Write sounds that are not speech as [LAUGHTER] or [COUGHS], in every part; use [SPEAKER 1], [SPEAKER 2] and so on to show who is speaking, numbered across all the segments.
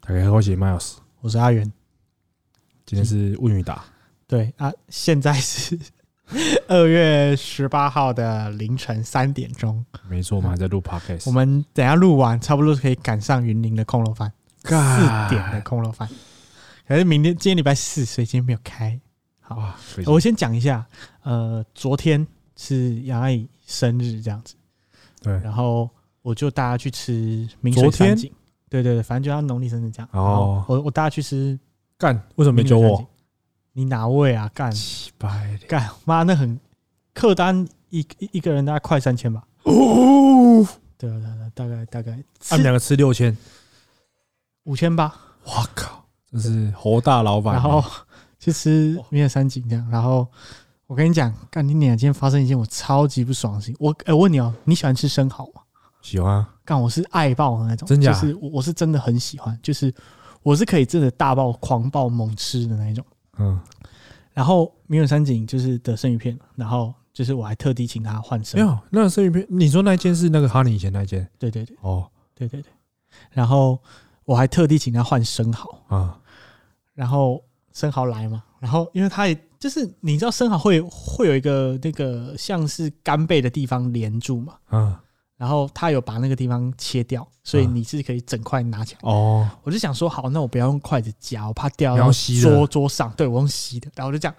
[SPEAKER 1] 凯凯我写 Miles，
[SPEAKER 2] 我是阿元。
[SPEAKER 1] 今天是问与 [LAUGHS] 答，
[SPEAKER 2] 对啊，现在是 [LAUGHS] 二月十八号的凌晨三点钟，
[SPEAKER 1] 没错，我们还在录 Podcast。
[SPEAKER 2] 我们等一下录完，差不多可以赶上云林的空楼饭，
[SPEAKER 1] 干
[SPEAKER 2] 四点的空楼饭。可是明天今天礼拜四，所以今天没有开。好，
[SPEAKER 1] 哇，可以
[SPEAKER 2] 我先讲一下，呃，昨天是杨阿姨生日这样子，
[SPEAKER 1] 对，
[SPEAKER 2] 然后我就带她去吃明
[SPEAKER 1] 昨
[SPEAKER 2] 水
[SPEAKER 1] 天
[SPEAKER 2] 三景。对对对，反正就她农历生日这样。然后
[SPEAKER 1] 哦
[SPEAKER 2] 我我带她去吃
[SPEAKER 1] 干为什么没揪
[SPEAKER 2] 明水三
[SPEAKER 1] 我
[SPEAKER 2] 景？？你哪位啊？干！
[SPEAKER 1] 七百
[SPEAKER 2] 干妈那很客单一一一个人大概快三千吧，
[SPEAKER 1] 哦，
[SPEAKER 2] 对啊对啊对啊，大概大概
[SPEAKER 1] 他们两个吃六千，
[SPEAKER 2] 五千八，
[SPEAKER 1] 哇靠，这是侯大老板。啊
[SPEAKER 2] 然后 [LAUGHS] 去吃米尔三景这样，然后我跟你讲，干你娘！今天发生一件我超级不爽的事情，我哎、我问你哦，你喜欢吃生蚝吗？
[SPEAKER 1] 喜欢啊
[SPEAKER 2] 干我是爱爆的那种，
[SPEAKER 1] 真假
[SPEAKER 2] 就是我我是真的很喜欢，就是我是可以真的大爆狂爆猛吃的那一种。
[SPEAKER 1] 嗯，
[SPEAKER 2] 然后米尔三景就是的生鱼片，然后就是我还特地请他换
[SPEAKER 1] 没
[SPEAKER 2] 生，
[SPEAKER 1] 有那个生鱼片，你说那间是那个哈尼以前那间
[SPEAKER 2] 对对对
[SPEAKER 1] 哦
[SPEAKER 2] 对对对，然后我还特地请他换生蚝。
[SPEAKER 1] 啊，
[SPEAKER 2] 然后生蚝来嘛，然后因为它也就是你知道生蚝会有会有一个那个像是干贝的地方连住嘛，
[SPEAKER 1] 嗯
[SPEAKER 2] 然后他有把那个地方切掉，所以
[SPEAKER 1] 嗯
[SPEAKER 2] 你是可以整块拿起来。
[SPEAKER 1] 哦，
[SPEAKER 2] 我就想说，好，那我不要用筷子夹，我怕掉
[SPEAKER 1] 你
[SPEAKER 2] 到
[SPEAKER 1] 要吸的
[SPEAKER 2] 桌桌上，对我用吸的，然后我就这样。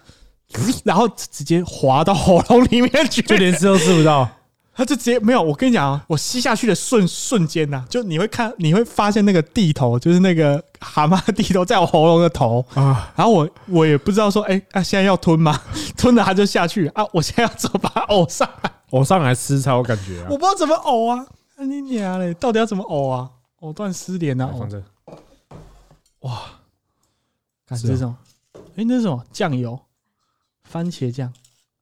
[SPEAKER 2] 然后直接滑到喉咙里面去，
[SPEAKER 1] 就连吃都吃不到，
[SPEAKER 2] 他就直接没有。我跟你讲啊，我吸下去的瞬瞬间呐、就你会看，你会发现那个地头，就是那个蛤蟆地头在我喉咙的头，
[SPEAKER 1] [LAUGHS] 啊，
[SPEAKER 2] 然后我我也不知道说，哎、啊，现在要吞吗？ [LAUGHS] 吞了它就下去啊！我现在要怎么把它呕上来？
[SPEAKER 1] 我上来吃才有感觉啊
[SPEAKER 2] [LAUGHS] 我。不知道怎么呕啊！啊你娘嘞，到底要怎么呕啊？藕断丝连啊！
[SPEAKER 1] 来
[SPEAKER 2] 呕
[SPEAKER 1] 哎放这，哇，
[SPEAKER 2] 看
[SPEAKER 1] 是
[SPEAKER 2] 这
[SPEAKER 1] 啊
[SPEAKER 2] 种，哎、那是什么酱油？番茄酱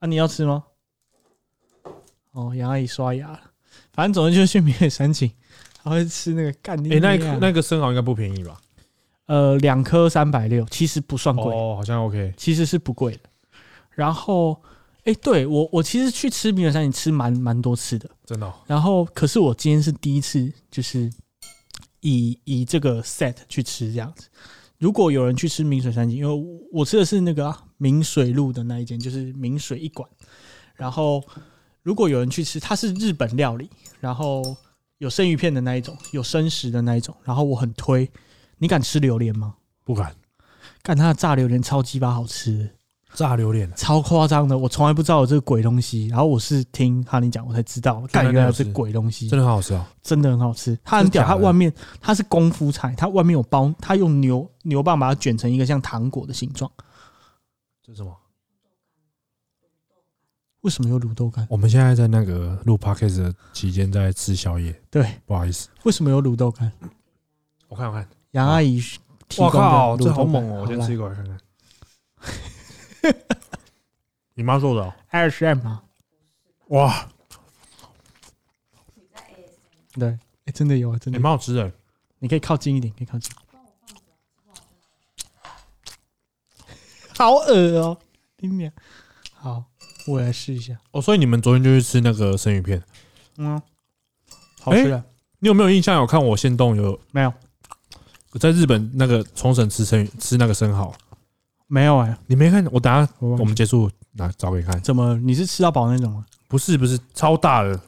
[SPEAKER 2] 啊？你要吃吗？哦，杨阿姨刷牙了。反正总之就是去明月山景，然后吃那个干你
[SPEAKER 1] 哎，那一
[SPEAKER 2] 娘
[SPEAKER 1] 那个生蚝应该不便宜吧？
[SPEAKER 2] 呃两颗三百六，其实不算贵。
[SPEAKER 1] 哦，好像 OK。
[SPEAKER 2] 其实是不贵的。然后，哎，对我我其实去吃明远山，也吃蛮蛮多次的。
[SPEAKER 1] 真的、哦，
[SPEAKER 2] 然后，可是我今天是第一次，就是以以这个 set 去吃这样子。如果有人去吃明水三景，因为我我吃的是那个、啊、明水路的那一间，就是明水一馆。然后，如果有人去吃，它是日本料理，然后有生鱼片的那一种，有生食的那一种。然后我很推，你敢吃榴莲吗？
[SPEAKER 1] 不敢
[SPEAKER 2] 干它的炸榴莲超鸡巴好吃的
[SPEAKER 1] 炸榴莲，
[SPEAKER 2] 超夸张的，我从来不知道有这个鬼东西，然后我是听哈尼讲我才知道，干
[SPEAKER 1] 那
[SPEAKER 2] 原来
[SPEAKER 1] 真的好
[SPEAKER 2] 有这
[SPEAKER 1] 吃
[SPEAKER 2] 鬼东西，
[SPEAKER 1] 真的很好吃哦。
[SPEAKER 2] 真的很好吃，它很
[SPEAKER 1] 真
[SPEAKER 2] 屌，
[SPEAKER 1] 假
[SPEAKER 2] 它
[SPEAKER 1] 的
[SPEAKER 2] 外面它是功夫菜，它外面有包，它用牛牛蒡把它卷成一个像糖果的形状。
[SPEAKER 1] 这是什么？
[SPEAKER 2] 为什么有卤豆干？
[SPEAKER 1] 我们现在在那个录 podcast 的期间在吃宵夜，
[SPEAKER 2] 对，
[SPEAKER 1] 不好意思，
[SPEAKER 2] 为什么有卤豆干？
[SPEAKER 1] 我看我看，
[SPEAKER 2] 杨阿姨提供
[SPEAKER 1] 哇
[SPEAKER 2] 的
[SPEAKER 1] 靠，
[SPEAKER 2] 卤
[SPEAKER 1] 这
[SPEAKER 2] 豆
[SPEAKER 1] 好
[SPEAKER 2] 干，
[SPEAKER 1] 猛哦！我先吃一口来看看。 [LAUGHS] 你妈做的、哦？
[SPEAKER 2] 二十 M 吗？
[SPEAKER 1] 哇，
[SPEAKER 2] 对，哎、真的有，啊，真
[SPEAKER 1] 你、
[SPEAKER 2] 的有，
[SPEAKER 1] 蛮好吃的。
[SPEAKER 2] 你可以靠近一点，可以靠近。 [LAUGHS] 好恶哦、你娘！好，我来试一下。
[SPEAKER 1] 哦，所以你们昨天就去吃那个生鱼片，
[SPEAKER 2] 嗯，好吃的、
[SPEAKER 1] 你有没有印象？有看我现动有
[SPEAKER 2] 没有？
[SPEAKER 1] 在日本那个冲绳吃生鱼吃那个生蚝，
[SPEAKER 2] 没有哎、
[SPEAKER 1] 你没看？我等下
[SPEAKER 2] 我
[SPEAKER 1] 我
[SPEAKER 2] 忘记
[SPEAKER 1] 们结束拿找给你看。
[SPEAKER 2] 怎么你是吃到饱那种吗？
[SPEAKER 1] 不是不是，超大的，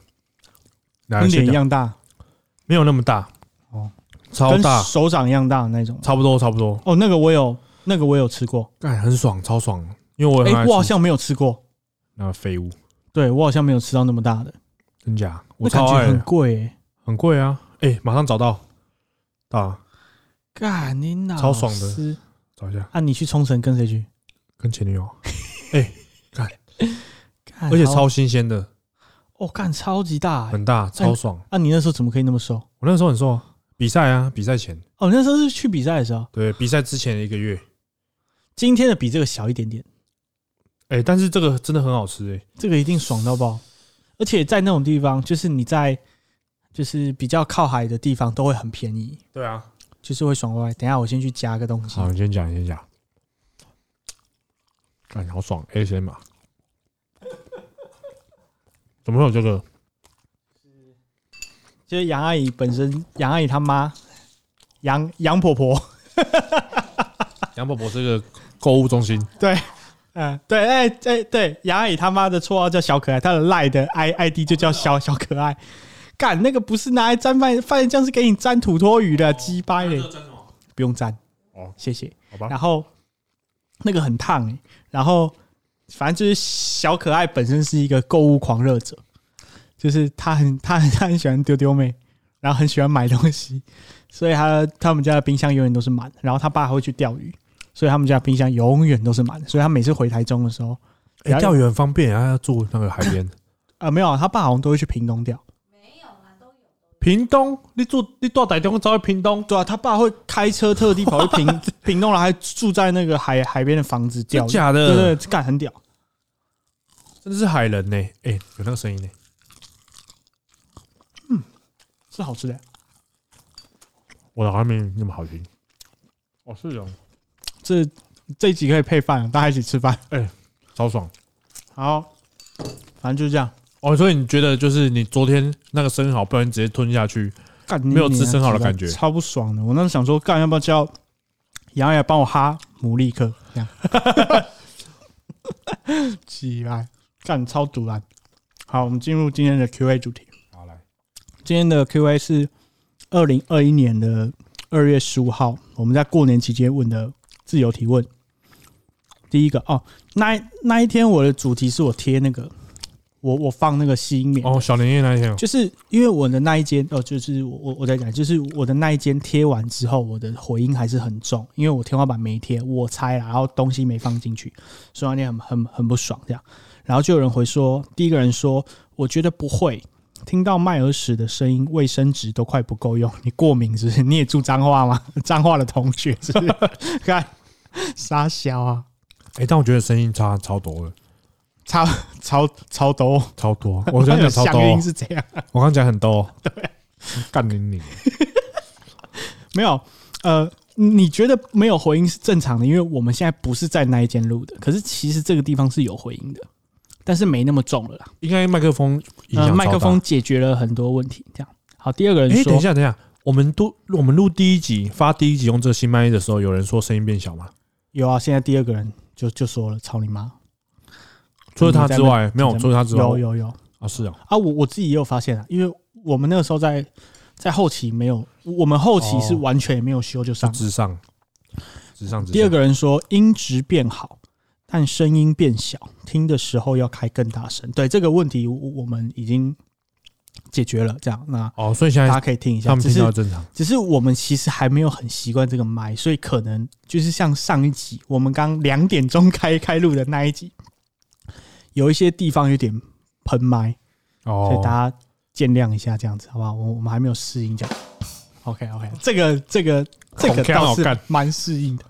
[SPEAKER 1] 来
[SPEAKER 2] 跟
[SPEAKER 1] 先
[SPEAKER 2] 脸一
[SPEAKER 1] 讲
[SPEAKER 2] 样大，
[SPEAKER 1] 没有那么大
[SPEAKER 2] 哦，
[SPEAKER 1] 超
[SPEAKER 2] 跟
[SPEAKER 1] 大，
[SPEAKER 2] 手掌一样大的那种吗。
[SPEAKER 1] 差不多差不多，
[SPEAKER 2] 哦，那个我有，那个我有吃过。
[SPEAKER 1] 干很爽，超爽，因为我
[SPEAKER 2] 哎、
[SPEAKER 1] 很爱
[SPEAKER 2] 我好
[SPEAKER 1] 吃
[SPEAKER 2] 像没有吃过，
[SPEAKER 1] 那个废物，
[SPEAKER 2] 对我好像没有吃到那么大的，
[SPEAKER 1] 真假？我
[SPEAKER 2] 那感
[SPEAKER 1] 超
[SPEAKER 2] 觉
[SPEAKER 1] 爱
[SPEAKER 2] 很
[SPEAKER 1] 的，
[SPEAKER 2] 贵哎、
[SPEAKER 1] 很贵啊！哎，马上找到，大
[SPEAKER 2] 干你哪？
[SPEAKER 1] 超爽的
[SPEAKER 2] 的。
[SPEAKER 1] 找一下，
[SPEAKER 2] 啊，你去冲绳跟谁去？
[SPEAKER 1] 跟前女友，
[SPEAKER 2] 干
[SPEAKER 1] 而且
[SPEAKER 2] 好
[SPEAKER 1] 超哎新鲜的，
[SPEAKER 2] 哦，干超级大、欸。
[SPEAKER 1] 很大，超爽。
[SPEAKER 2] 啊，你那时候怎么可以那么瘦？
[SPEAKER 1] 我那时候很瘦啊，比赛啊，比赛前，
[SPEAKER 2] 哦，那时候是去比赛的时候，
[SPEAKER 1] 对，比赛之前一个月，
[SPEAKER 2] 今天的比这个小一点点，
[SPEAKER 1] 哎，但是这个真的很好吃哎，
[SPEAKER 2] 这个一定爽到爆。而且在那种地方，就是你在就是比较靠海的地方都会很便宜，
[SPEAKER 1] 对啊，
[SPEAKER 2] 就是会爽歪歪。等一下我先去加个东西。
[SPEAKER 1] 好，你先讲，你先讲，干好爽，A 先嘛，怎么会有这个？
[SPEAKER 2] 就是杨阿姨本身，杨阿姨她妈杨杨婆婆，
[SPEAKER 1] 杨宝宝是个购物中心，
[SPEAKER 2] 嗯，对，哎、哎、对，杨阿姨他妈的绰号叫小可爱，他的赖的 i ID 就叫小小可爱。干那个不是拿来沾饭饭店酱，是给你沾土托鱼的，鸡掰嘞，不用沾
[SPEAKER 1] 哦
[SPEAKER 2] 谢谢。
[SPEAKER 1] 好吧
[SPEAKER 2] 然后那个很烫、欸，然后反正就是小可爱本身是一个购物狂热者，就是他很他很他很喜欢丢丢妹，然后很喜欢买东西，所以他他们家的冰箱永远都是满的。然后他爸还会去钓鱼，所以他们家的冰箱永远都是满的。所以他每次回台中的时候，
[SPEAKER 1] 哎，钓鱼很方便，他要住那个海边。
[SPEAKER 2] 啊、没有啊，他爸好像都会去屏东钓。
[SPEAKER 1] 屏东，你住你住台中，走去屏东，
[SPEAKER 2] 对啊，他爸会开车特地跑去屏屏东，然后还住在那个海海边的房子钓
[SPEAKER 1] 真
[SPEAKER 2] 鱼。
[SPEAKER 1] 假
[SPEAKER 2] 对对
[SPEAKER 1] 的？
[SPEAKER 2] 对，干很屌。
[SPEAKER 1] 真的是海人呢。哎，有那个声音呢。
[SPEAKER 2] 是好吃的，
[SPEAKER 1] 我的还没那么好听。哦，是哦，
[SPEAKER 2] 这这一集可以配饭，大家一起吃饭。
[SPEAKER 1] 超爽。
[SPEAKER 2] 好，反正就是这样。
[SPEAKER 1] 哦，所以你觉得就是你昨天那个生蚝，不然你直接吞下去，
[SPEAKER 2] 干
[SPEAKER 1] 没有吃生蚝的感觉
[SPEAKER 2] 超不爽的。我那时候想说，干要不要叫杨雅帮我哈牡蛎克这样， [LAUGHS] 起来干超毒烂。好，我们进入今天的 Q&A 主题。
[SPEAKER 1] 好来，
[SPEAKER 2] 今天的 Q&A 是二零二一年的二月十五号，我们在过年期间问的自由提问。第一个哦，那一那一天我的主题是我贴那个，我我放那个吸音棉
[SPEAKER 1] 哦，小年夜那一天哦，
[SPEAKER 2] 就是因为我的那一间哦，就是我我我在讲，就是我的那一间贴完之后，我的回音还是很重，因为我天花板没贴，我猜啦，然后东西没放进去，所以那天很很很不爽这样。然后就有人回说，第一个人说，我觉得不会，听到麦尔屎的声音，卫生纸都快不够用，你过敏是不是？你也住彰化吗？ [LAUGHS] 彰化的同学是 [LAUGHS] 不是？看傻小啊，
[SPEAKER 1] 哎，但我觉得声音差超多的，
[SPEAKER 2] 超超超多，
[SPEAKER 1] 超 [LAUGHS] 多。我刚刚讲超
[SPEAKER 2] [LAUGHS]
[SPEAKER 1] 多啊
[SPEAKER 2] 乡，音是这样。
[SPEAKER 1] 我刚刚讲很多，对，干你你，
[SPEAKER 2] 没有，呃，你觉得没有回音是正常的，因为我们现在不是在那一间录的，可是其实这个地方是有回音的，但是没那么重了啦。
[SPEAKER 1] 应该麦克风影
[SPEAKER 2] 呃，
[SPEAKER 1] 响
[SPEAKER 2] 麦
[SPEAKER 1] 超
[SPEAKER 2] 克
[SPEAKER 1] 大
[SPEAKER 2] 风。解决了很多问题。这样，好，第二个人
[SPEAKER 1] 哎，等一
[SPEAKER 2] 说，
[SPEAKER 1] 下，等一下，我们都我们录第一集发第一集用这个新麦的时候，有人说声音变小吗？
[SPEAKER 2] 有啊，现在第二个人就就说了，操你妈！
[SPEAKER 1] 除了他之外，没有，除了他之外，
[SPEAKER 2] 有有有
[SPEAKER 1] 啊，是啊，
[SPEAKER 2] 啊，我我自己也有发现啊，因为我们那个时候在在后期没有，我们后期是
[SPEAKER 1] 哦
[SPEAKER 2] 完全也没有修就上了。
[SPEAKER 1] 直上，直上，直上
[SPEAKER 2] 啊第二，个人说音质变好，但声音变小，听的时候要开更大声。对这个问题，我我们已经解决了。这样，那
[SPEAKER 1] 哦，所以现
[SPEAKER 2] 大
[SPEAKER 1] 在
[SPEAKER 2] 家可以听一
[SPEAKER 1] 他
[SPEAKER 2] 下。
[SPEAKER 1] 们
[SPEAKER 2] 只
[SPEAKER 1] 听到
[SPEAKER 2] 是
[SPEAKER 1] 正常，
[SPEAKER 2] 只是我们其实还没有很习惯这个麦，所以可能就是像上一集我们刚两点钟开开录的那一集，有一些地方有点喷麦，所
[SPEAKER 1] 哦
[SPEAKER 2] 以，大家见谅一下，这样子好不好？我我们还没有适应这样。OK OK，这个这个这
[SPEAKER 1] 好
[SPEAKER 2] 个
[SPEAKER 1] 看
[SPEAKER 2] 倒
[SPEAKER 1] 好
[SPEAKER 2] 是
[SPEAKER 1] 看
[SPEAKER 2] 蛮适应的。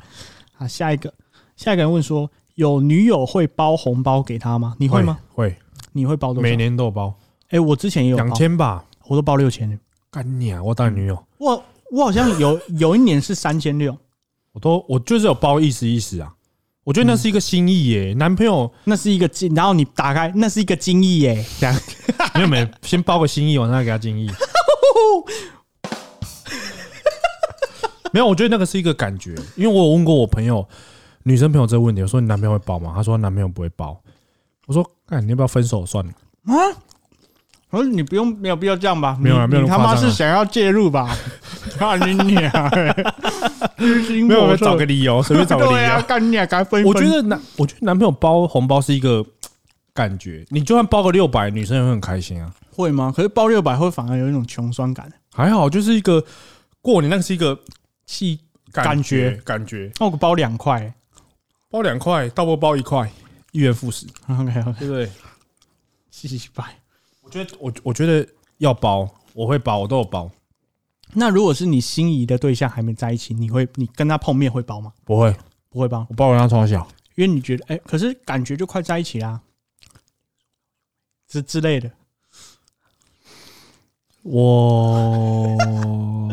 [SPEAKER 2] 啊，下一个，下一个人问说，有女友会包红包给他吗？你会吗？？
[SPEAKER 1] 会，
[SPEAKER 2] 你会包多少？
[SPEAKER 1] 每年都有包
[SPEAKER 2] 哎、我之前也有包
[SPEAKER 1] 两，千吧。
[SPEAKER 2] 我都包六千。
[SPEAKER 1] 干你啊！我当女友，
[SPEAKER 2] 我我好像有有一年是三千六，
[SPEAKER 1] 我都我就是有包意思意思啊。我觉得
[SPEAKER 2] 嗯
[SPEAKER 1] 那是一个心意耶、男朋友
[SPEAKER 2] 那是一个金，然后你打开那是一个金翼耶，这样
[SPEAKER 1] 没有没
[SPEAKER 2] [LAUGHS]
[SPEAKER 1] 有，先包个心意，晚上再给他敬意。没有，我觉得那个是一个感觉，因为我有问过我朋友，女生朋友这个问题，我说你男朋友会包吗？她说她男朋友不会包。我说，干，你要不要分手算了？
[SPEAKER 2] [LAUGHS] 啊。我哦说你不用，没有必要这样吧？
[SPEAKER 1] 没有啊
[SPEAKER 2] 你
[SPEAKER 1] 没有那
[SPEAKER 2] 你
[SPEAKER 1] 么
[SPEAKER 2] 他妈
[SPEAKER 1] 夸张啊
[SPEAKER 2] 是想要介入吧？啊你你啊，
[SPEAKER 1] [LAUGHS]
[SPEAKER 2] 没
[SPEAKER 1] 没有，我找个理 [LAUGHS] 由，随便找个理
[SPEAKER 2] 对啊，
[SPEAKER 1] 由。
[SPEAKER 2] 干你啊，赶快分一分。
[SPEAKER 1] 我觉得男，我觉得男朋友包红包是一个感觉，你就算包个六百，女生也会很开心啊。
[SPEAKER 2] 会吗？可是包六百会反而有一种穷酸感。
[SPEAKER 1] 还好，就是一个过年那个是一个气
[SPEAKER 2] 感觉
[SPEAKER 1] 觉感觉，
[SPEAKER 2] 那我哦包两块、
[SPEAKER 1] 包两块，倒不包一块，一元复始，
[SPEAKER 2] OK OK，
[SPEAKER 1] 对不对？
[SPEAKER 2] 七百。
[SPEAKER 1] 我觉得我我觉得要包，我会包，我都有包，
[SPEAKER 2] 那如果是你心仪的对象还没在一起，你会你跟他碰面会包吗？
[SPEAKER 1] 不会，
[SPEAKER 2] 不会包，
[SPEAKER 1] 我包完他从小，
[SPEAKER 2] 因为你觉得哎、可是感觉就快在一起啦，之之类的。
[SPEAKER 1] 我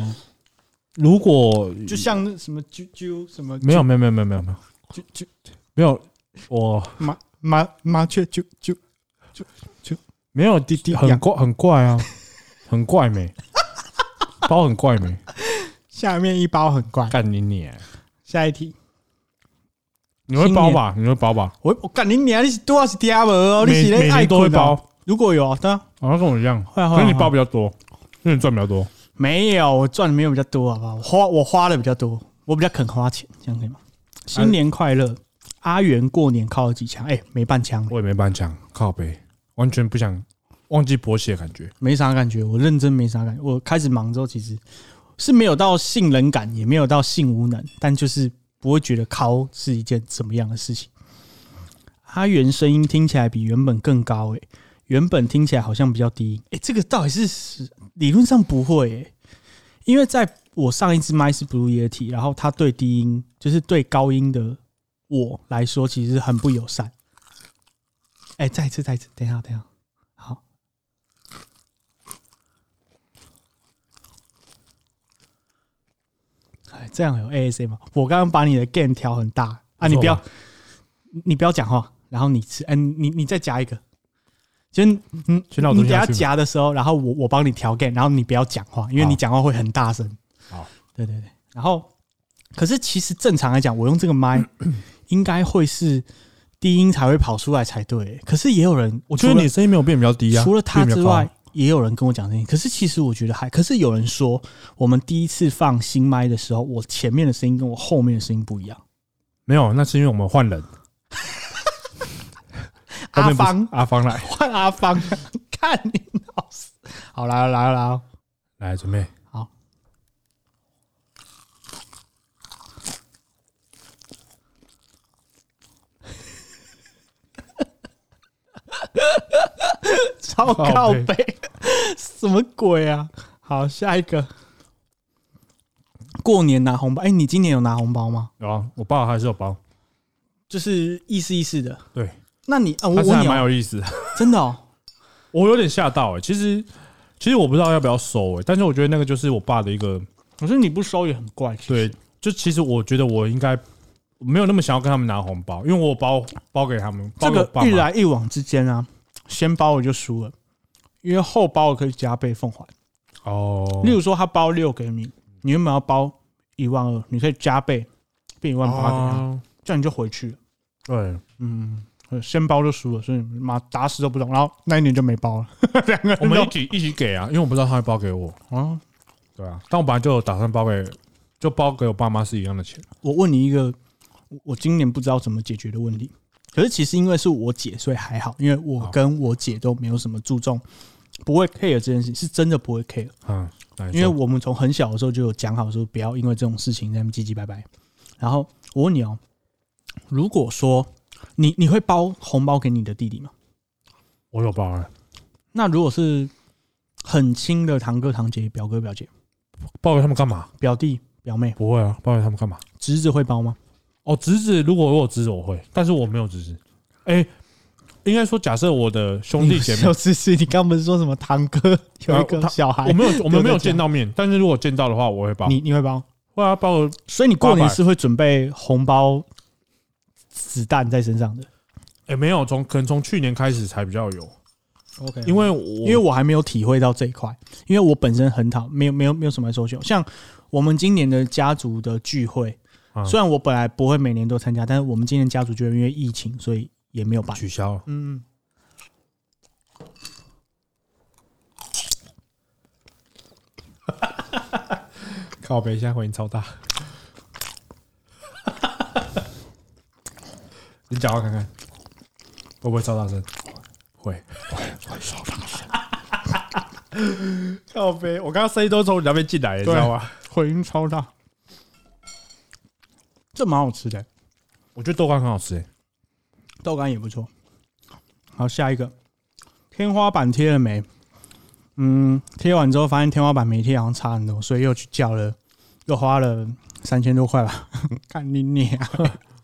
[SPEAKER 1] [LAUGHS] 如果
[SPEAKER 2] 就像什么啾啾什么
[SPEAKER 1] 没有没有没有没有没有没有
[SPEAKER 2] 啾啾
[SPEAKER 1] 没有我
[SPEAKER 2] 麻麻麻雀啾啾，
[SPEAKER 1] 没有滴滴很 [LAUGHS] [LAUGHS]
[SPEAKER 2] 养
[SPEAKER 1] 怪很怪啊，很怪美，包很怪美，
[SPEAKER 2] 下面一包很怪。
[SPEAKER 1] 干你你，
[SPEAKER 2] 下一题，
[SPEAKER 1] 你会包吧？你会包吧？
[SPEAKER 2] 我我干你娘！你是多少是嗲无哦？你
[SPEAKER 1] 每
[SPEAKER 2] 是
[SPEAKER 1] 每
[SPEAKER 2] 咧爱
[SPEAKER 1] 年都会
[SPEAKER 2] 困哦
[SPEAKER 1] 包，
[SPEAKER 2] 如果有，当然
[SPEAKER 1] 好像跟我一样，
[SPEAKER 2] 会啊会啊
[SPEAKER 1] 可是你
[SPEAKER 2] 会啊
[SPEAKER 1] 包比较多，因为你赚比较多。
[SPEAKER 2] 没有，我赚的没有比较多，好不好？我花我花的比较多，我比较肯花钱，这样可以吗？新年快乐，阿元过年靠了几枪？哎、没半枪，
[SPEAKER 1] 我也没办枪，靠背，完全不想忘记勃起的感觉。
[SPEAKER 2] 没啥感觉，我认真没啥感觉。我开始忙之后，其实是没有到性冷感，也没有到性无能，但就是不会觉得靠是一件怎么样的事情。阿元声音听起来比原本更高、欸，原本听起来好像比较低音，哎、这个到底是理论上不会、欸，因为在我上一支麦是 Blue Yeti，然后它对低音，就是对高音的我来说，其实很不友善。哎、再一次，再一次，等一下，等一下，好。哎，这样有 ASM 吗？我刚刚把你的 gain 调很大啊，你不要
[SPEAKER 1] 不，
[SPEAKER 2] 你不要讲话，然后你吃，嗯、你你再加一个，就是嗯，
[SPEAKER 1] 先让我
[SPEAKER 2] 你
[SPEAKER 1] 吞
[SPEAKER 2] 等
[SPEAKER 1] 下
[SPEAKER 2] 下
[SPEAKER 1] 去嘛
[SPEAKER 2] 夹的时候，然后我我帮你调 gain，然后你不要讲话，因为你
[SPEAKER 1] 好
[SPEAKER 2] 讲话会很大声。
[SPEAKER 1] 好，
[SPEAKER 2] 对对对。然后，可是其实正常来讲，我用这
[SPEAKER 1] [CLEARS THROAT]
[SPEAKER 2] 个麦应该会是低音才会跑出来才对。可是也有人，我
[SPEAKER 1] 我觉得
[SPEAKER 2] 除了
[SPEAKER 1] 你声音没有变比较低啊，
[SPEAKER 2] 除了他
[SPEAKER 1] 变比较
[SPEAKER 2] 之
[SPEAKER 1] 高啊
[SPEAKER 2] 外，，也有人跟我讲这些。可是其实我觉得还，可是有人说，我们第一次放新麦的时候，我前面的声音跟我后面的声音不一样。
[SPEAKER 1] 没有，那是因为我们换人。后
[SPEAKER 2] 阿
[SPEAKER 1] 面不是
[SPEAKER 2] 芳
[SPEAKER 1] 阿芳来，
[SPEAKER 2] 换阿芳， [LAUGHS] 看你老师，好来了来了来了，
[SPEAKER 1] 来准备。
[SPEAKER 2] 好。超靠
[SPEAKER 1] 靠
[SPEAKER 2] 背，什么鬼啊？好，下一个。过年拿红包，哎、你今年有拿红包吗？
[SPEAKER 1] 有啊，我爸还是有包，
[SPEAKER 2] 就是意思意思的。
[SPEAKER 1] 对，
[SPEAKER 2] 那你啊，我
[SPEAKER 1] 但是
[SPEAKER 2] 我
[SPEAKER 1] 还
[SPEAKER 2] 你
[SPEAKER 1] 蛮
[SPEAKER 2] 哦
[SPEAKER 1] 有意思的。
[SPEAKER 2] 真的哦，
[SPEAKER 1] 我有点吓到哎、其实其实我不知道要不要收哎、但是我觉得那个就是我爸的一个
[SPEAKER 2] 可是你不收也很怪。其实
[SPEAKER 1] 对，就其实我觉得我应该没有那么想要跟他们拿红包，因为我有包包给他们，包
[SPEAKER 2] 这
[SPEAKER 1] 给我
[SPEAKER 2] 个
[SPEAKER 1] 爸
[SPEAKER 2] 一
[SPEAKER 1] 妈。
[SPEAKER 2] 来一往之间啊，先包我就输了，因为后包我可以加倍奉还。
[SPEAKER 1] 哦，
[SPEAKER 2] 例如说，他包六给你，你原本要包一万二，你可以加倍变一万八给啊他，
[SPEAKER 1] 哦
[SPEAKER 2] 这样你就回去了。
[SPEAKER 1] 对，
[SPEAKER 2] 嗯，先包就输了，所以妈打死都不懂。然后那一年就没包了，两个人
[SPEAKER 1] 我们
[SPEAKER 2] 都
[SPEAKER 1] 一起一起给啊，因为我不知道他会包给我。
[SPEAKER 2] 啊。
[SPEAKER 1] 对啊，但我本来就有打算包给，就包给我爸妈是一样的钱。
[SPEAKER 2] 我问你一个，我我今年不知道怎么解决的问题。可是其实因为是我姐，所以还好，因为我
[SPEAKER 1] 好
[SPEAKER 2] 跟我姐都没有什么注重，不会 care 这件事情，是真的不会 care。
[SPEAKER 1] 嗯，那你
[SPEAKER 2] 因为
[SPEAKER 1] 说
[SPEAKER 2] 我们从很小的时候就有讲好说，不要因为这种事情在那边唧唧拜拜。然后我问你哦，如果说你你会包红包给你的弟弟吗？
[SPEAKER 1] 我有包啊了，
[SPEAKER 2] 那如果是很亲的堂哥、堂姐、表哥、表姐、
[SPEAKER 1] 包给他们干嘛？
[SPEAKER 2] 表弟、表妹、
[SPEAKER 1] 不会啊，包给他们干嘛？
[SPEAKER 2] 侄子会包吗？
[SPEAKER 1] 哦，侄子，如果我有侄子我会，但是我没有侄子。哎，应该说，假设我的兄弟姐
[SPEAKER 2] 你 [LAUGHS] 有
[SPEAKER 1] 妹，
[SPEAKER 2] 侄子，你刚不是说什么堂哥有一
[SPEAKER 1] 呃
[SPEAKER 2] 个
[SPEAKER 1] 他
[SPEAKER 2] 小
[SPEAKER 1] 我
[SPEAKER 2] 孩，
[SPEAKER 1] 没有，我们没有
[SPEAKER 2] 丢在家
[SPEAKER 1] 见到面，但是如果见到的话，我会包。
[SPEAKER 2] 你你会包？
[SPEAKER 1] 会啊，包个
[SPEAKER 2] 所以你过年
[SPEAKER 1] 800
[SPEAKER 2] 是会准备红包、子弹在身上的。
[SPEAKER 1] 哎，没有，从可能从去年开始才比较有，
[SPEAKER 2] 嗯 OK，
[SPEAKER 1] 因为我
[SPEAKER 2] 因为我还没有体会到这一块，因为我本身很讨没有没有没有什么收秀。像我们今年的家族的聚会，
[SPEAKER 1] 嗯
[SPEAKER 2] 虽然我本来不会每年都参加，但是我们今年家族聚会因为疫情，所以也没有办。
[SPEAKER 1] 取消了。
[SPEAKER 2] 嗯，
[SPEAKER 1] 靠北，现在回音超大。 [LAUGHS] 你讲话看看，会不会超大声？会， [LAUGHS] 靠北，我刚刚声音都从你那边进来，你知道吗？
[SPEAKER 2] 回音超大，这蛮好吃的，
[SPEAKER 1] 我觉得豆干很好吃、欸，
[SPEAKER 2] 豆干也不错。好，下一个天花板贴了没？嗯，贴完之后发现天花板没贴，好像差很多，所以又去叫了，又花了三千多块吧， [LAUGHS] 干你你啊！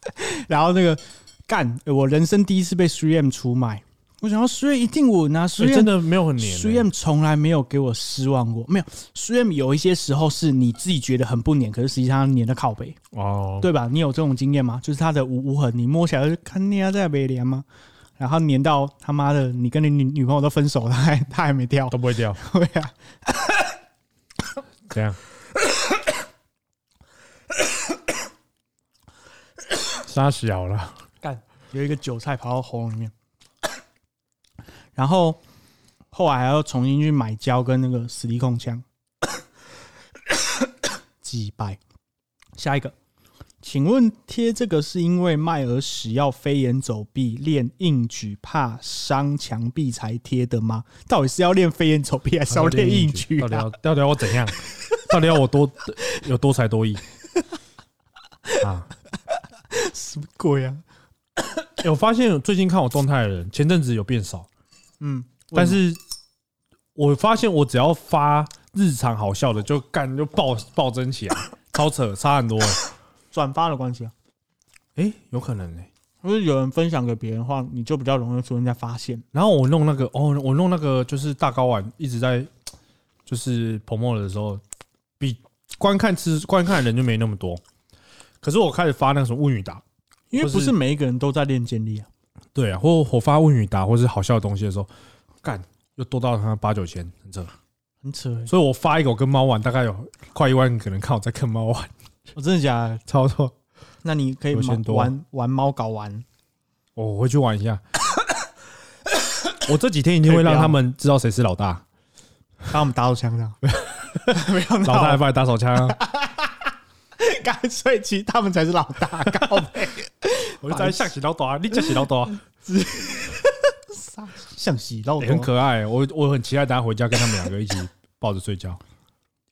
[SPEAKER 2] [LAUGHS] 然后那个干，我人生第一次被 3M 出卖，我想要 3M 一定稳啊
[SPEAKER 1] 所以
[SPEAKER 2] ，3M
[SPEAKER 1] 哎真的没有很黏、欸。
[SPEAKER 2] ，3M 从来没有给我失望过，没有 3M 有一些时候是你自己觉得很不黏，可是实际上它黏的靠背，
[SPEAKER 1] 哦，
[SPEAKER 2] 对吧？你有这种经验吗？就是它的无无痕，你摸起来就看你啊，在没连吗？然后粘到他妈的，你跟你女女朋友都分手了，他还他还没掉，
[SPEAKER 1] 都不会掉，
[SPEAKER 2] [COUGHS] 对啊，
[SPEAKER 1] 怎样？杀小了，
[SPEAKER 2] 有一个韭菜跑到喉咙里面， [COUGHS] 然后后来还要重新去买胶跟那个实力控枪， [COUGHS] 击败。下一个，请问贴这个是因为迈尔屎要飞檐走壁练硬举怕伤墙壁才贴的吗？到底是要练飞檐走壁还是要练硬举、
[SPEAKER 1] 到底
[SPEAKER 2] 啊
[SPEAKER 1] 要？到底要我怎
[SPEAKER 2] [LAUGHS]
[SPEAKER 1] 样？到底要我多有多才多艺啊？
[SPEAKER 2] 什么鬼啊？
[SPEAKER 1] 欸我发现最近看我动态的人，前阵子有变少，
[SPEAKER 2] 嗯，
[SPEAKER 1] 但是我发现我只要发日常好笑的，就干就暴暴增起来，超扯，差很多欸。
[SPEAKER 2] 转发的关系啊，
[SPEAKER 1] 哎，有可能哎、
[SPEAKER 2] 如果有人分享给别人的话，你就比较容易出人家发现。
[SPEAKER 1] 然后我弄那个哦，我弄那个就是大睾丸一直在就是泡沫的时候，比观看吃观看的人就没那么多。可是我开始发那个什么问语答，
[SPEAKER 2] 因为
[SPEAKER 1] 或
[SPEAKER 2] 不
[SPEAKER 1] 是
[SPEAKER 2] 是每一个人都在练健力啊。
[SPEAKER 1] 对啊，或我发问语答或是好笑的东西的时候，干又多到他妈八九千，很扯。
[SPEAKER 2] 很扯、欸，
[SPEAKER 1] 所以我发一个我跟猫玩，大概有快一万人可能看我在看猫玩， [LAUGHS]
[SPEAKER 2] 我、真的假的？
[SPEAKER 1] 超多。
[SPEAKER 2] 那你可以
[SPEAKER 1] 有钱
[SPEAKER 2] 玩
[SPEAKER 1] 多
[SPEAKER 2] 玩玩猫搞完，
[SPEAKER 1] 哦我回去玩一下。我这几天一定会让他们知道谁是老大，
[SPEAKER 2] 当我们打手枪这样，没有
[SPEAKER 1] 老 [LAUGHS] 大还
[SPEAKER 2] 大，
[SPEAKER 1] 帮你打手枪啊！
[SPEAKER 2] 干脆其实他们才是老大，告白
[SPEAKER 1] 我就在象棋老大，你这是老大。
[SPEAKER 2] 像喜肉
[SPEAKER 1] 欸
[SPEAKER 2] 多
[SPEAKER 1] 很。可爱、我我很期待大家回家跟他们两个一起抱着睡觉。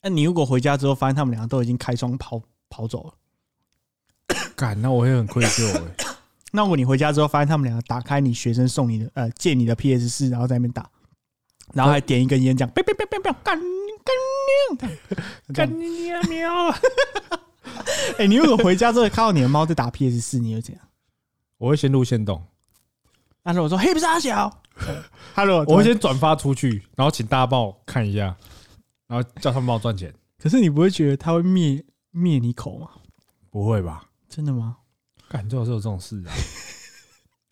[SPEAKER 2] 那你如果回家之后发现他们两个都已经开窗跑跑走了，
[SPEAKER 1] 干，那我会很愧疚、欸。
[SPEAKER 2] 那如果你回家之后发现他们两个打开你学生送你的呃借你的 PS 四，然后在那边打，然后还点一根烟这样，别别别别别干干娘干
[SPEAKER 1] 你喵！
[SPEAKER 2] 哎，你如果回家之后看到你的猫在打 PS 四，你会怎样？
[SPEAKER 1] 我会先录线动，
[SPEAKER 2] 那时候我说黑不傻小，Hello，
[SPEAKER 1] 我会先转发出去，然后请大家帮我看一下，然后叫他们帮我赚钱。
[SPEAKER 2] 可是你不会觉得它会灭灭你口吗？
[SPEAKER 1] 不会吧？
[SPEAKER 2] 真的吗？
[SPEAKER 1] 干，最好是有这种事啊！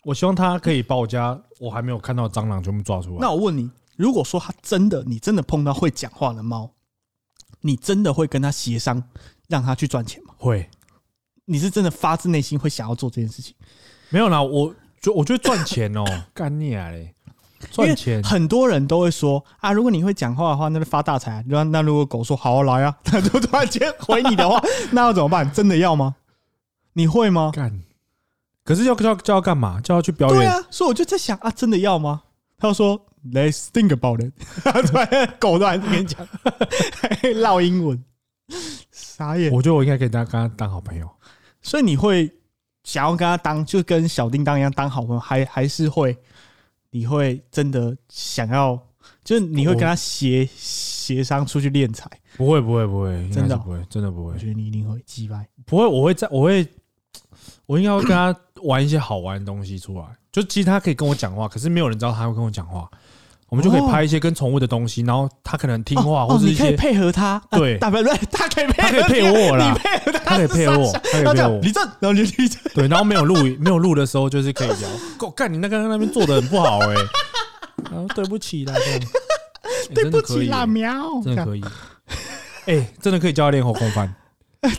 [SPEAKER 1] 我希望他可以把我家我还没有看到的蟑螂全部抓出来。
[SPEAKER 2] 那我问你，如果说它真的，你真的碰到会讲话的猫，你真的会跟它协商，让它去赚钱吗？
[SPEAKER 1] 会
[SPEAKER 2] 你是真的发自内心会想要做这件事情？
[SPEAKER 1] 没有啦？我就我觉得赚钱哦，干你啊嘞！赚
[SPEAKER 2] 因为
[SPEAKER 1] 钱
[SPEAKER 2] 很多人都会说啊，如果你会讲话的话，那就发大财啊。那那如果狗说好啊来啊， [LAUGHS] 它就突然间回你的话，那要怎么办？真的要吗？你会吗？
[SPEAKER 1] 干，可是要叫叫他干嘛？叫他去表
[SPEAKER 2] 对
[SPEAKER 1] 演？
[SPEAKER 2] 啊，所以我就在想啊，真的要吗？他就说 Let's think about it，突 [LAUGHS] 然狗突然跟你讲 [LAUGHS] 唠英文，傻眼。
[SPEAKER 1] 我觉得我应该可以当跟他当好朋友。
[SPEAKER 2] 所以你会想要跟他当，就跟小叮当一样当好朋友，还还是会，你会真的想要，就是你会跟他协协商出去练财。
[SPEAKER 1] 不会不会不会，应该
[SPEAKER 2] 真
[SPEAKER 1] 是
[SPEAKER 2] 的哦
[SPEAKER 1] 不会，真的不会
[SPEAKER 2] 我，觉得你一定会击败。
[SPEAKER 1] 不会。我会在，我会，我应该会跟他玩一些好玩的东西出来。就其实他可以跟我讲话，可是没有人知道他会跟我讲话。我们就可以
[SPEAKER 2] 哦
[SPEAKER 1] 拍一些跟宠物的东西，然后他可能很听话，啊
[SPEAKER 2] 哦
[SPEAKER 1] 或
[SPEAKER 2] 哦
[SPEAKER 1] 是一
[SPEAKER 2] 你可以
[SPEAKER 1] 些
[SPEAKER 2] 配合他，啊
[SPEAKER 1] 对
[SPEAKER 2] 大不了 [LAUGHS] 他可以
[SPEAKER 1] 他
[SPEAKER 2] 配合
[SPEAKER 1] 可以配
[SPEAKER 2] 你
[SPEAKER 1] 我啦
[SPEAKER 2] 你配合他，
[SPEAKER 1] 他可以配合我，欸
[SPEAKER 2] 傻
[SPEAKER 1] 他
[SPEAKER 2] 笑
[SPEAKER 1] 可以配合
[SPEAKER 2] 然后这样
[SPEAKER 1] 我
[SPEAKER 2] 你，这，然后你你这，
[SPEAKER 1] 对。然后没有录，没有录的时候就是可以聊。我干，你那个那边做的很不好哎，然后
[SPEAKER 2] 哦
[SPEAKER 1] 对不起啦，这 [LAUGHS] 样欸
[SPEAKER 2] 对
[SPEAKER 1] 真
[SPEAKER 2] 不
[SPEAKER 1] 的可
[SPEAKER 2] 起
[SPEAKER 1] 以
[SPEAKER 2] 啦，
[SPEAKER 1] 欸，
[SPEAKER 2] 喵，
[SPEAKER 1] 真的可以。哎，真的可以教他练后空翻，
[SPEAKER 2] [LAUGHS] 对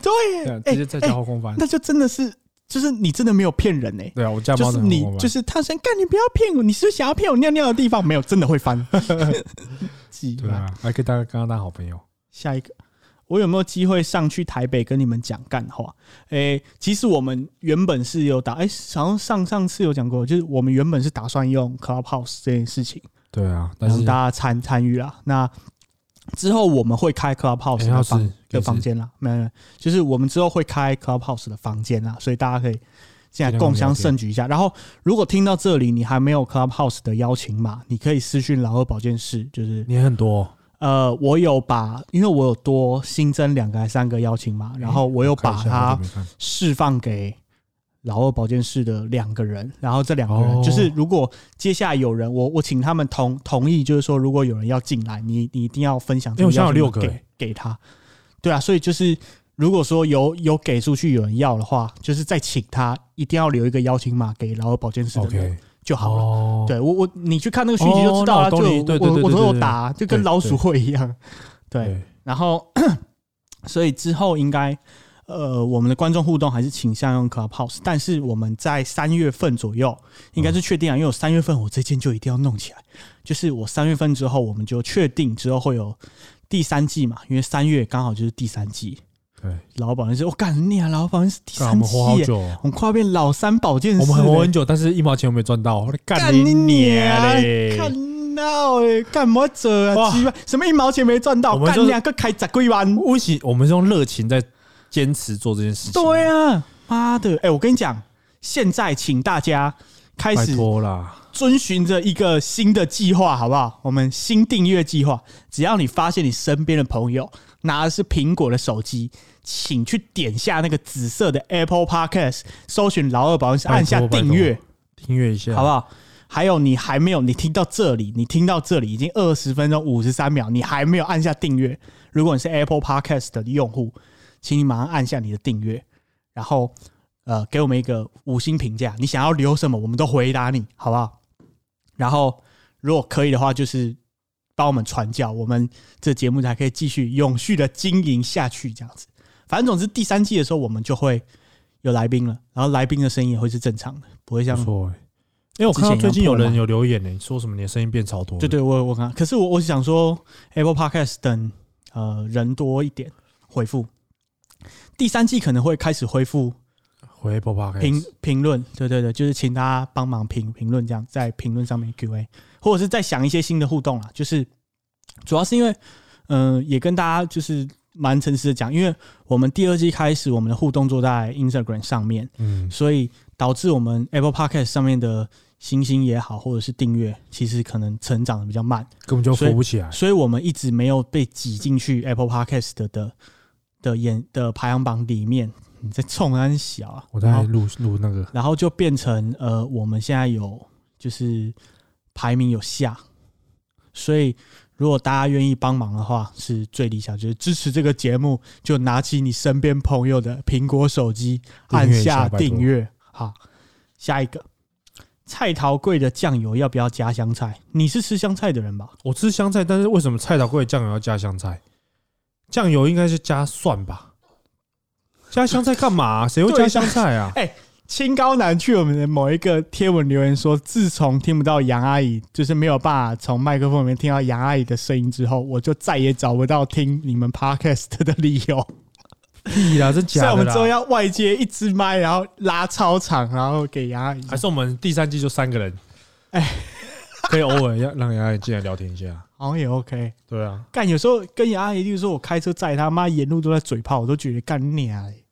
[SPEAKER 1] 对啊
[SPEAKER 2] 耶，
[SPEAKER 1] 直
[SPEAKER 2] 哎
[SPEAKER 1] 接在教后空翻。
[SPEAKER 2] 那就真的是，就是你真的没有骗人哎、
[SPEAKER 1] 对啊，我家
[SPEAKER 2] 就
[SPEAKER 1] 猫
[SPEAKER 2] 是
[SPEAKER 1] 的后
[SPEAKER 2] 你
[SPEAKER 1] 空，翻
[SPEAKER 2] 就。是他先干，你不要骗我，你是不是想要骗我尿尿的地方？没有，真的
[SPEAKER 1] [LAUGHS]
[SPEAKER 2] 会翻。 [LAUGHS] 鸡
[SPEAKER 1] 对
[SPEAKER 2] 巴
[SPEAKER 1] 啊，还可以当跟他当好朋友。
[SPEAKER 2] 下一个，我有没有机会上去台北跟你们讲干话？诶、其实我们原本是有打，诶、好像上上次有讲过，就是我们原本是打算用 Clubhouse 这件事情，
[SPEAKER 1] 对啊，但
[SPEAKER 2] 让
[SPEAKER 1] 是
[SPEAKER 2] 大家参参与啦。那之后我们会开 Clubhouse
[SPEAKER 1] 哎要
[SPEAKER 2] 的
[SPEAKER 1] 是
[SPEAKER 2] 房
[SPEAKER 1] 可以是
[SPEAKER 2] 的房间啦，没有，没有就是我们之后会开 Clubhouse 的房间啦，所以大家可以进来共享盛举一下。然后，如果听到这里你还没有 Clubhouse 的邀请码，你可以私讯老二保健室，就是
[SPEAKER 1] 你很多哦、
[SPEAKER 2] 呃，我有把，因为我有多新增两个还三个邀请码，然后我有把它释放给老二保健室的两个人，然后这两个人、
[SPEAKER 1] 哦
[SPEAKER 2] 就是如果接下来有人，我我请他们同同意，就是说如果有人要进来，你你一定要分享这
[SPEAKER 1] 因为我
[SPEAKER 2] 个
[SPEAKER 1] 现在
[SPEAKER 2] 邀
[SPEAKER 1] 有六个
[SPEAKER 2] 请码给、
[SPEAKER 1] 欸
[SPEAKER 2] 给他，对啊，所以就是如果说有有给出去有人要的话，就是再请他一定要留一个邀请码给老二保健室的人
[SPEAKER 1] OK
[SPEAKER 2] 就好了。
[SPEAKER 1] 哦，
[SPEAKER 2] 对我我你去看那个讯息就知道
[SPEAKER 1] 哦那我
[SPEAKER 2] 了，就
[SPEAKER 1] 懂你对对
[SPEAKER 2] 我
[SPEAKER 1] 对
[SPEAKER 2] 我
[SPEAKER 1] 对
[SPEAKER 2] 都有
[SPEAKER 1] 对
[SPEAKER 2] 打啊，就跟
[SPEAKER 1] 对
[SPEAKER 2] [CLEARS THROAT] 老鼠会一样。对，
[SPEAKER 1] 对，
[SPEAKER 2] 然后所以之后应该呃，我们的观众互动还是倾向用 Clubhouse，但是我们在三月份左右应该是确定啊，因为我三月份我这件就一定要弄起来，就是我三月份之后我们就确定之后会有第三季嘛，因为三月刚好就是第三季。
[SPEAKER 1] 对，
[SPEAKER 2] 老保健是，我干你啊！老保健是第
[SPEAKER 1] 干我
[SPEAKER 2] 三
[SPEAKER 1] 们
[SPEAKER 2] 季
[SPEAKER 1] 活好
[SPEAKER 2] 耶，
[SPEAKER 1] 久哦，
[SPEAKER 2] 我们快要变老三保健
[SPEAKER 1] 我
[SPEAKER 2] 室
[SPEAKER 1] 们很
[SPEAKER 2] 了
[SPEAKER 1] 活很久，但是一毛钱都没赚到，我干
[SPEAKER 2] 干你
[SPEAKER 1] 娘
[SPEAKER 2] 娘
[SPEAKER 1] 嘞！
[SPEAKER 2] 看到哎，干嘛这啊？
[SPEAKER 1] 哇
[SPEAKER 2] 鸡巴什么一毛钱没赚到，
[SPEAKER 1] 我们就
[SPEAKER 2] 干
[SPEAKER 1] 是
[SPEAKER 2] 两个开十几万。
[SPEAKER 1] 我喜我们是用热情在坚持做这件事情，
[SPEAKER 2] 对啊，妈的！哎、我跟你讲，现在请大家开
[SPEAKER 1] 拜
[SPEAKER 2] 始
[SPEAKER 1] 托啦，
[SPEAKER 2] 遵循着一个新的计划，好不好？我们新订阅计划，只要你发现你身边的朋友拿的是苹果的手机，请去点下那个紫色的 Apple Podcast，搜寻老二保温室，按下
[SPEAKER 1] 拜托
[SPEAKER 2] 订阅。
[SPEAKER 1] 订阅一下，
[SPEAKER 2] 好不好？还有你还没有，你听到这里，你听到这里已经二十分钟五十三秒，你还没有按下订阅。如果你是 Apple Podcast 的用户，请你马上按下你的订阅，然后呃给我们一个五星评价。你想要留什么，我们都回答你，好不好？然后如果可以的话，就是帮我们传教，我们这节目才可以继续永续的经营下去，这样子。反正总之第三季的时候，我们就会有来宾了，然后来宾的声音也会是正常的，不会像
[SPEAKER 1] 不错欸。因为我看到
[SPEAKER 2] 之前一样
[SPEAKER 1] 最近有
[SPEAKER 2] 破嘛
[SPEAKER 1] 人有留言呢、说什么你的声音变超多了，
[SPEAKER 2] 对对，我有我看到，可是我我想说，Apple Podcast 等呃人多一点回复，第三季可能会开始恢复
[SPEAKER 1] 回 Apple Park
[SPEAKER 2] 评评论，对对对，就是请大家帮忙评评论，这样在评论上面 Q&A，或者是再想一些新的互动啦。就是主要是因为，嗯、也跟大家就是蛮诚实的讲，因为我们第二季开始，我们的互动做在 Instagram 上面，
[SPEAKER 1] 嗯，
[SPEAKER 2] 所以导致我们 Apple Podcast 上面的星星也好，或者是订阅，其实可能成长的比较慢。
[SPEAKER 1] 根本就扶不起来。
[SPEAKER 2] 所以我们一直没有被挤进去 Apple Podcast 的的的演的排行榜里面。你在冲安小啊？
[SPEAKER 1] 我在
[SPEAKER 2] 然后
[SPEAKER 1] 录录那个，
[SPEAKER 2] 然后就变成呃，我们现在有就是排名有下，所以如果大家愿意帮忙的话，是最理想，就是支持这个节目，就拿起你身边朋友的苹果手机，
[SPEAKER 1] 订阅
[SPEAKER 2] 按
[SPEAKER 1] 一下
[SPEAKER 2] 下
[SPEAKER 1] 拜托
[SPEAKER 2] 订阅。好，下一个。菜桃贵的酱油要不要加香菜？你是吃香菜的人吧？
[SPEAKER 1] 我吃香菜，但是为什么菜头贵酱油要加香菜？酱油应该是加蒜吧？加香菜干嘛、谁会加香菜啊？
[SPEAKER 2] 清高男去我们的某一个贴文留言说，自从听不到杨阿姨，就是没有办法从麦克风里面听到杨阿姨的声音之后，我就再也找不到听你们 podcast 的理由。
[SPEAKER 1] [LAUGHS] 屁啦，真
[SPEAKER 2] 所以
[SPEAKER 1] [LAUGHS] 假
[SPEAKER 2] 我
[SPEAKER 1] 的
[SPEAKER 2] 们之后
[SPEAKER 1] 啦？
[SPEAKER 2] 要外接一支麦，然后拉超长，然后给杨阿姨。
[SPEAKER 1] 啊还是我们第三季就三个人？哎
[SPEAKER 2] 哎，
[SPEAKER 1] 可以偶尔要让杨雅进来聊天一下。
[SPEAKER 2] 好像也 OK。
[SPEAKER 1] 对啊，
[SPEAKER 2] 干有时候跟杨阿姨，例如说我开车载她，妈沿路都在嘴炮，我都觉得干你啊、欸！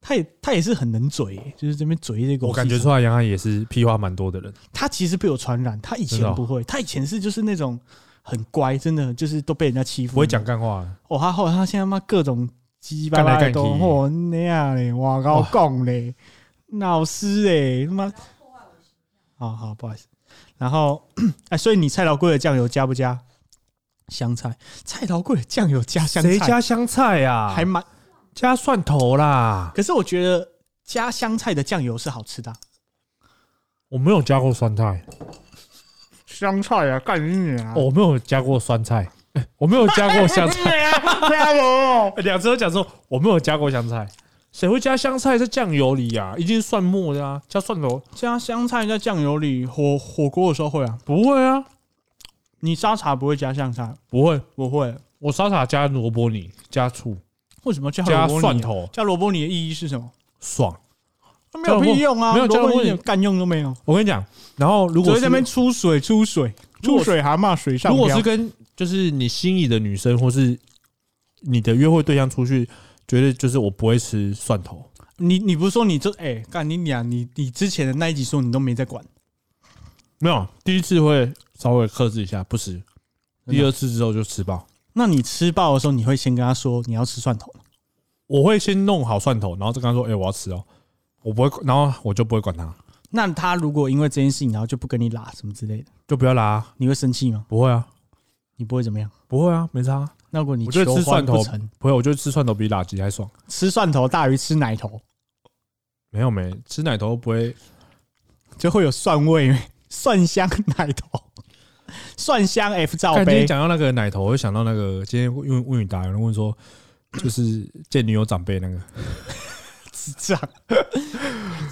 [SPEAKER 2] 她也她也是很能嘴欸、就是这边嘴这个。
[SPEAKER 1] 我感觉出来杨雅也是屁话蛮多的人。
[SPEAKER 2] 他其实被我传染，他以前
[SPEAKER 1] 真的哦
[SPEAKER 2] 不会，他以前是就是那种很乖，真的就是都被人家欺负，
[SPEAKER 1] 不会讲干话，
[SPEAKER 2] 哦。他后来他现在妈各种鸡巴
[SPEAKER 1] 干来干去
[SPEAKER 2] 都哦那样嘞，哇高讲嘞，老师嘞，他妈，好好不好意思。然后 [CLEARS THROAT] 哎，所以你菜刀贵的酱油加不加香菜？菜刀贵的酱油加香
[SPEAKER 1] 谁
[SPEAKER 2] 菜
[SPEAKER 1] 加香菜啊？
[SPEAKER 2] 还蛮，
[SPEAKER 1] 加蒜头啦？
[SPEAKER 2] 可是我觉得加香菜的酱油是好吃的啊、
[SPEAKER 1] 我没有加过酸菜，
[SPEAKER 2] 香菜啊，干你啊
[SPEAKER 1] [LAUGHS] 哦我没有加过酸菜， [LAUGHS] 哎我没有加过香菜。啊
[SPEAKER 2] 加油哦！
[SPEAKER 1] 两次都讲说我没有加过香菜，谁会加香菜在酱油里呀、一定是蒜末的啊，加蒜头
[SPEAKER 2] 加香菜在酱油里，火火锅的时候会啊。
[SPEAKER 1] 不会啊，
[SPEAKER 2] 你沙茶不会加香菜？
[SPEAKER 1] 不会。
[SPEAKER 2] 我会。
[SPEAKER 1] 我沙茶加萝卜泥，加醋，
[SPEAKER 2] 为什么加
[SPEAKER 1] 加
[SPEAKER 2] 萝卜
[SPEAKER 1] 蒜
[SPEAKER 2] 泥？啊
[SPEAKER 1] 头，
[SPEAKER 2] 加萝卜泥的意义是什么？
[SPEAKER 1] 爽。
[SPEAKER 2] 没有屁用啊！
[SPEAKER 1] 没有加
[SPEAKER 2] 萝
[SPEAKER 1] 萝
[SPEAKER 2] 卜
[SPEAKER 1] 卜
[SPEAKER 2] 泥
[SPEAKER 1] 泥
[SPEAKER 2] 有干用都没有，
[SPEAKER 1] 我跟你讲，然后如
[SPEAKER 2] 只
[SPEAKER 1] 果
[SPEAKER 2] 会
[SPEAKER 1] 是
[SPEAKER 2] 在那边出水、出水、
[SPEAKER 1] 如果
[SPEAKER 2] 出
[SPEAKER 1] 是
[SPEAKER 2] 水蛤蟆水上
[SPEAKER 1] 如果
[SPEAKER 2] 漂
[SPEAKER 1] 是跟就是你心仪的女生或是你的约会对象出去，绝对就是我不会吃蒜头，
[SPEAKER 2] 你，你不是说你这哎干你俩，你你之前的那一集说你都没在管，
[SPEAKER 1] 没有第一次会稍微克制一下，不吃。
[SPEAKER 2] 真的
[SPEAKER 1] 第二次之后就吃爆，
[SPEAKER 2] 那你吃爆的时候，你会先跟他说你要吃蒜头吗？
[SPEAKER 1] 我会先弄好蒜头，然后再跟他说：“哎、我要吃哦。”我不会，然后我就不会管他，
[SPEAKER 2] 那他如果因为这件事情，然后就不跟你拉什么之类的，
[SPEAKER 1] 就不要拉啊、
[SPEAKER 2] 你会生气吗？
[SPEAKER 1] 不会啊，
[SPEAKER 2] 你不会怎么样？
[SPEAKER 1] 不会啊，没差、啊。
[SPEAKER 2] 那如果你
[SPEAKER 1] 我觉得
[SPEAKER 2] 求
[SPEAKER 1] 吃
[SPEAKER 2] 欢
[SPEAKER 1] 蒜
[SPEAKER 2] 不
[SPEAKER 1] 头
[SPEAKER 2] 成，
[SPEAKER 1] 不会，我觉得吃蒜头比辣鸡还爽。
[SPEAKER 2] 吃蒜头大于吃奶头，
[SPEAKER 1] 没有没吃奶头不会，
[SPEAKER 2] 就会有蒜味、蒜香奶头、 [LAUGHS] 蒜香 F 罩
[SPEAKER 1] 看今
[SPEAKER 2] 杯
[SPEAKER 1] 天。讲到那个奶头，我就想到那个今天问问问你答，有人问说就是见女友长辈那个，
[SPEAKER 2] 智障！ [LAUGHS]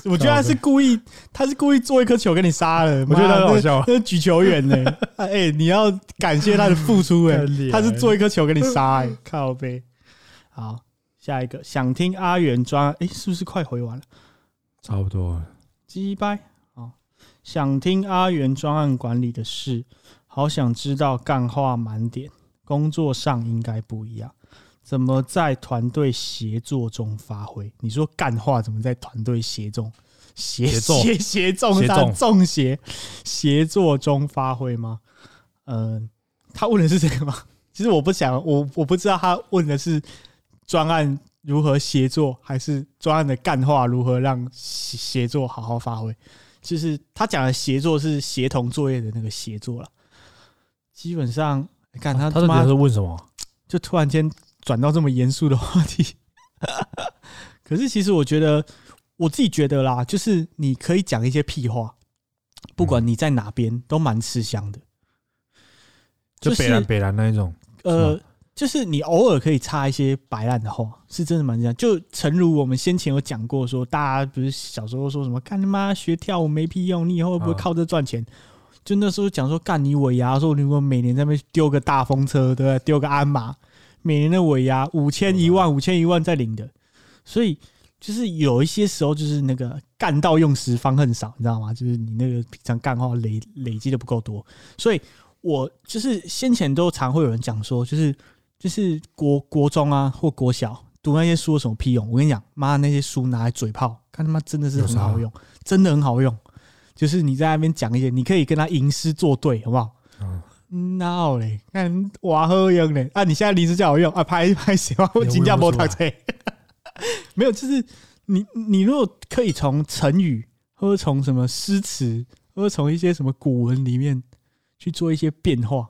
[SPEAKER 2] 我觉得他是故意，他是故意做一颗球给你杀了。
[SPEAKER 1] 我觉得他很
[SPEAKER 2] 妈
[SPEAKER 1] 好笑啊
[SPEAKER 2] 那那是举球员呢、哎、你要感谢他的付出哎、
[SPEAKER 1] 干脸
[SPEAKER 2] 他是做一颗球给你杀哎、靠背。好，下一个想听阿元抓，哎、是不是快回完了？
[SPEAKER 1] 差不多啊了。
[SPEAKER 2] 鸡掰哦！想听阿元专案管理的事，好想知道干话满点，工作上应该不一样，怎么在团队协作中发挥？你说干话怎么在团队协作协
[SPEAKER 1] 协作
[SPEAKER 2] 协协中
[SPEAKER 1] 协
[SPEAKER 2] 上
[SPEAKER 1] 作
[SPEAKER 2] 中协协作中发挥吗？嗯、他问的是这个吗？其实我不想，我我不知道他问的是专案如何协作，还是专案的干话如何让协协作好好发挥。就是他讲的协作是协同作业的那个协作了。基本上，看他
[SPEAKER 1] 他
[SPEAKER 2] 他
[SPEAKER 1] 这
[SPEAKER 2] 妈
[SPEAKER 1] 底是问什么？
[SPEAKER 2] 就突然间转到这么严肃的话题。可是其实我觉得，我自己觉得啦，就是你可以讲一些屁话，不管你在哪边都蛮吃香的。
[SPEAKER 1] 就
[SPEAKER 2] 就是
[SPEAKER 1] 北兰北兰那一种，
[SPEAKER 2] 呃，就是你偶尔可以插一些白烂的话，是真的蛮这样。就诚如我们先前有讲过说大家不是小时候说什么干他妈学跳舞没屁用，你以后会不会
[SPEAKER 1] 啊
[SPEAKER 2] 靠这赚钱？就那时候讲说干你尾牙，说如果每年在那边丢个大风车，对不对？丢个鞍马，每年的尾牙五千一万，五千一万在领的，所以。就是有一些时候，就是那个干到用时方恨少，你知道吗？就是你那个平常干话累累积的不够多，所以我就是先前都常会有人讲说，就是就是国国中啊或国小读那些书有什么屁用？我跟你讲，妈那些书拿来嘴炮，看他妈真的是很好用，真的很好用。就是你在那边讲一些，你可以跟他吟诗作对，好不好？
[SPEAKER 1] 嗯
[SPEAKER 2] 那嘞，看哇好用嘞啊！你现在临时叫我用啊，拍 [LAUGHS] 拍谁啊？我金价波读册，
[SPEAKER 1] 啊
[SPEAKER 2] [LAUGHS] 没有，就是你你如果可以从成语，或者从什么诗词，或者从一些什么古文里面去做一些变化，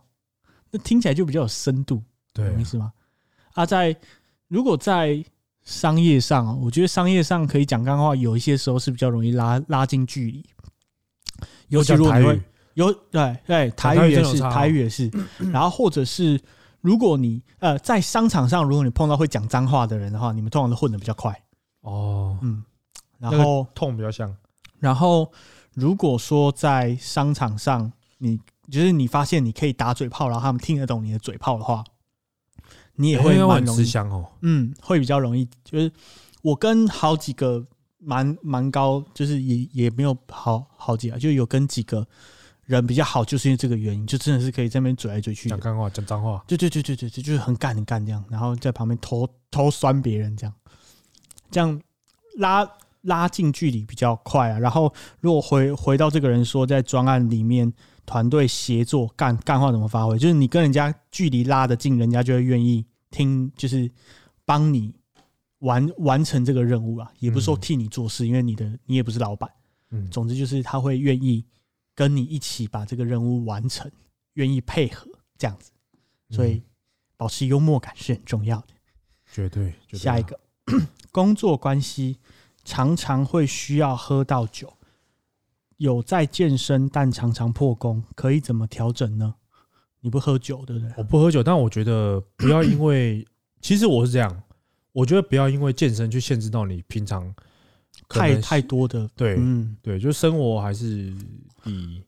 [SPEAKER 2] 那听起来就比较有深度，
[SPEAKER 1] 对
[SPEAKER 2] 懂我意思吗？啊，在如果在商业上哦，我觉得商业上可以讲干话，有一些时候是比较容易拉拉近距离，尤其如果你
[SPEAKER 1] 台
[SPEAKER 2] 会
[SPEAKER 1] 语，
[SPEAKER 2] 有对对，台
[SPEAKER 1] 台
[SPEAKER 2] 语
[SPEAKER 1] 语
[SPEAKER 2] 也
[SPEAKER 1] 真的有
[SPEAKER 2] 是，
[SPEAKER 1] 差哦
[SPEAKER 2] 台语也是。然后或者是，如果你呃在商场上，如果你碰到会讲脏话的人的话，你们通常都混得比较快。
[SPEAKER 1] 哦，
[SPEAKER 2] 嗯，然
[SPEAKER 1] 那个
[SPEAKER 2] 后
[SPEAKER 1] 痛比较像，
[SPEAKER 2] 然后如果说在商场上，你就是你发现你可以打嘴炮，然后他们听得懂你的嘴炮的话，你也会
[SPEAKER 1] 因为我
[SPEAKER 2] 蛮
[SPEAKER 1] 很
[SPEAKER 2] 容
[SPEAKER 1] 吃
[SPEAKER 2] 易
[SPEAKER 1] 香哦。
[SPEAKER 2] 嗯，会比较容易。就是我跟好几个蛮蛮高，就是也也没有好好几啊，就有跟几个人比较好，就是因为这个原因，就真的是可以在那边嘴来嘴去
[SPEAKER 1] 讲
[SPEAKER 2] 的，
[SPEAKER 1] 干话，讲脏话，
[SPEAKER 2] 对对对对对对，就是很干很干这样，然后在旁边偷偷酸别人这样，这样拉拉近距离比较快啊。然后如果回回到这个人说，在专案里面团队协作干干话怎么发挥，就是你跟人家距离拉得近，人家就会愿意听，就是帮你完完成这个任务啊，也不是说
[SPEAKER 1] 嗯
[SPEAKER 2] 替你做事，因为你的你也不是老板。
[SPEAKER 1] 嗯，
[SPEAKER 2] 总之就是他会愿意跟你一起把这个任务完成，愿意配合这样子。所以
[SPEAKER 1] 嗯
[SPEAKER 2] 保持幽默感是很重要的。
[SPEAKER 1] 绝对绝对
[SPEAKER 2] 下一个，工作关系常常会需要喝到酒，有在健身但常常破功，可以怎么调整呢？你不喝酒对不对？
[SPEAKER 1] 我不喝酒，但我觉得不要因为，其实我是这样，我觉得不要因为健身去限制到你平常可能
[SPEAKER 2] 太太多的，
[SPEAKER 1] 对
[SPEAKER 2] 嗯，
[SPEAKER 1] 对，就生活还是第一，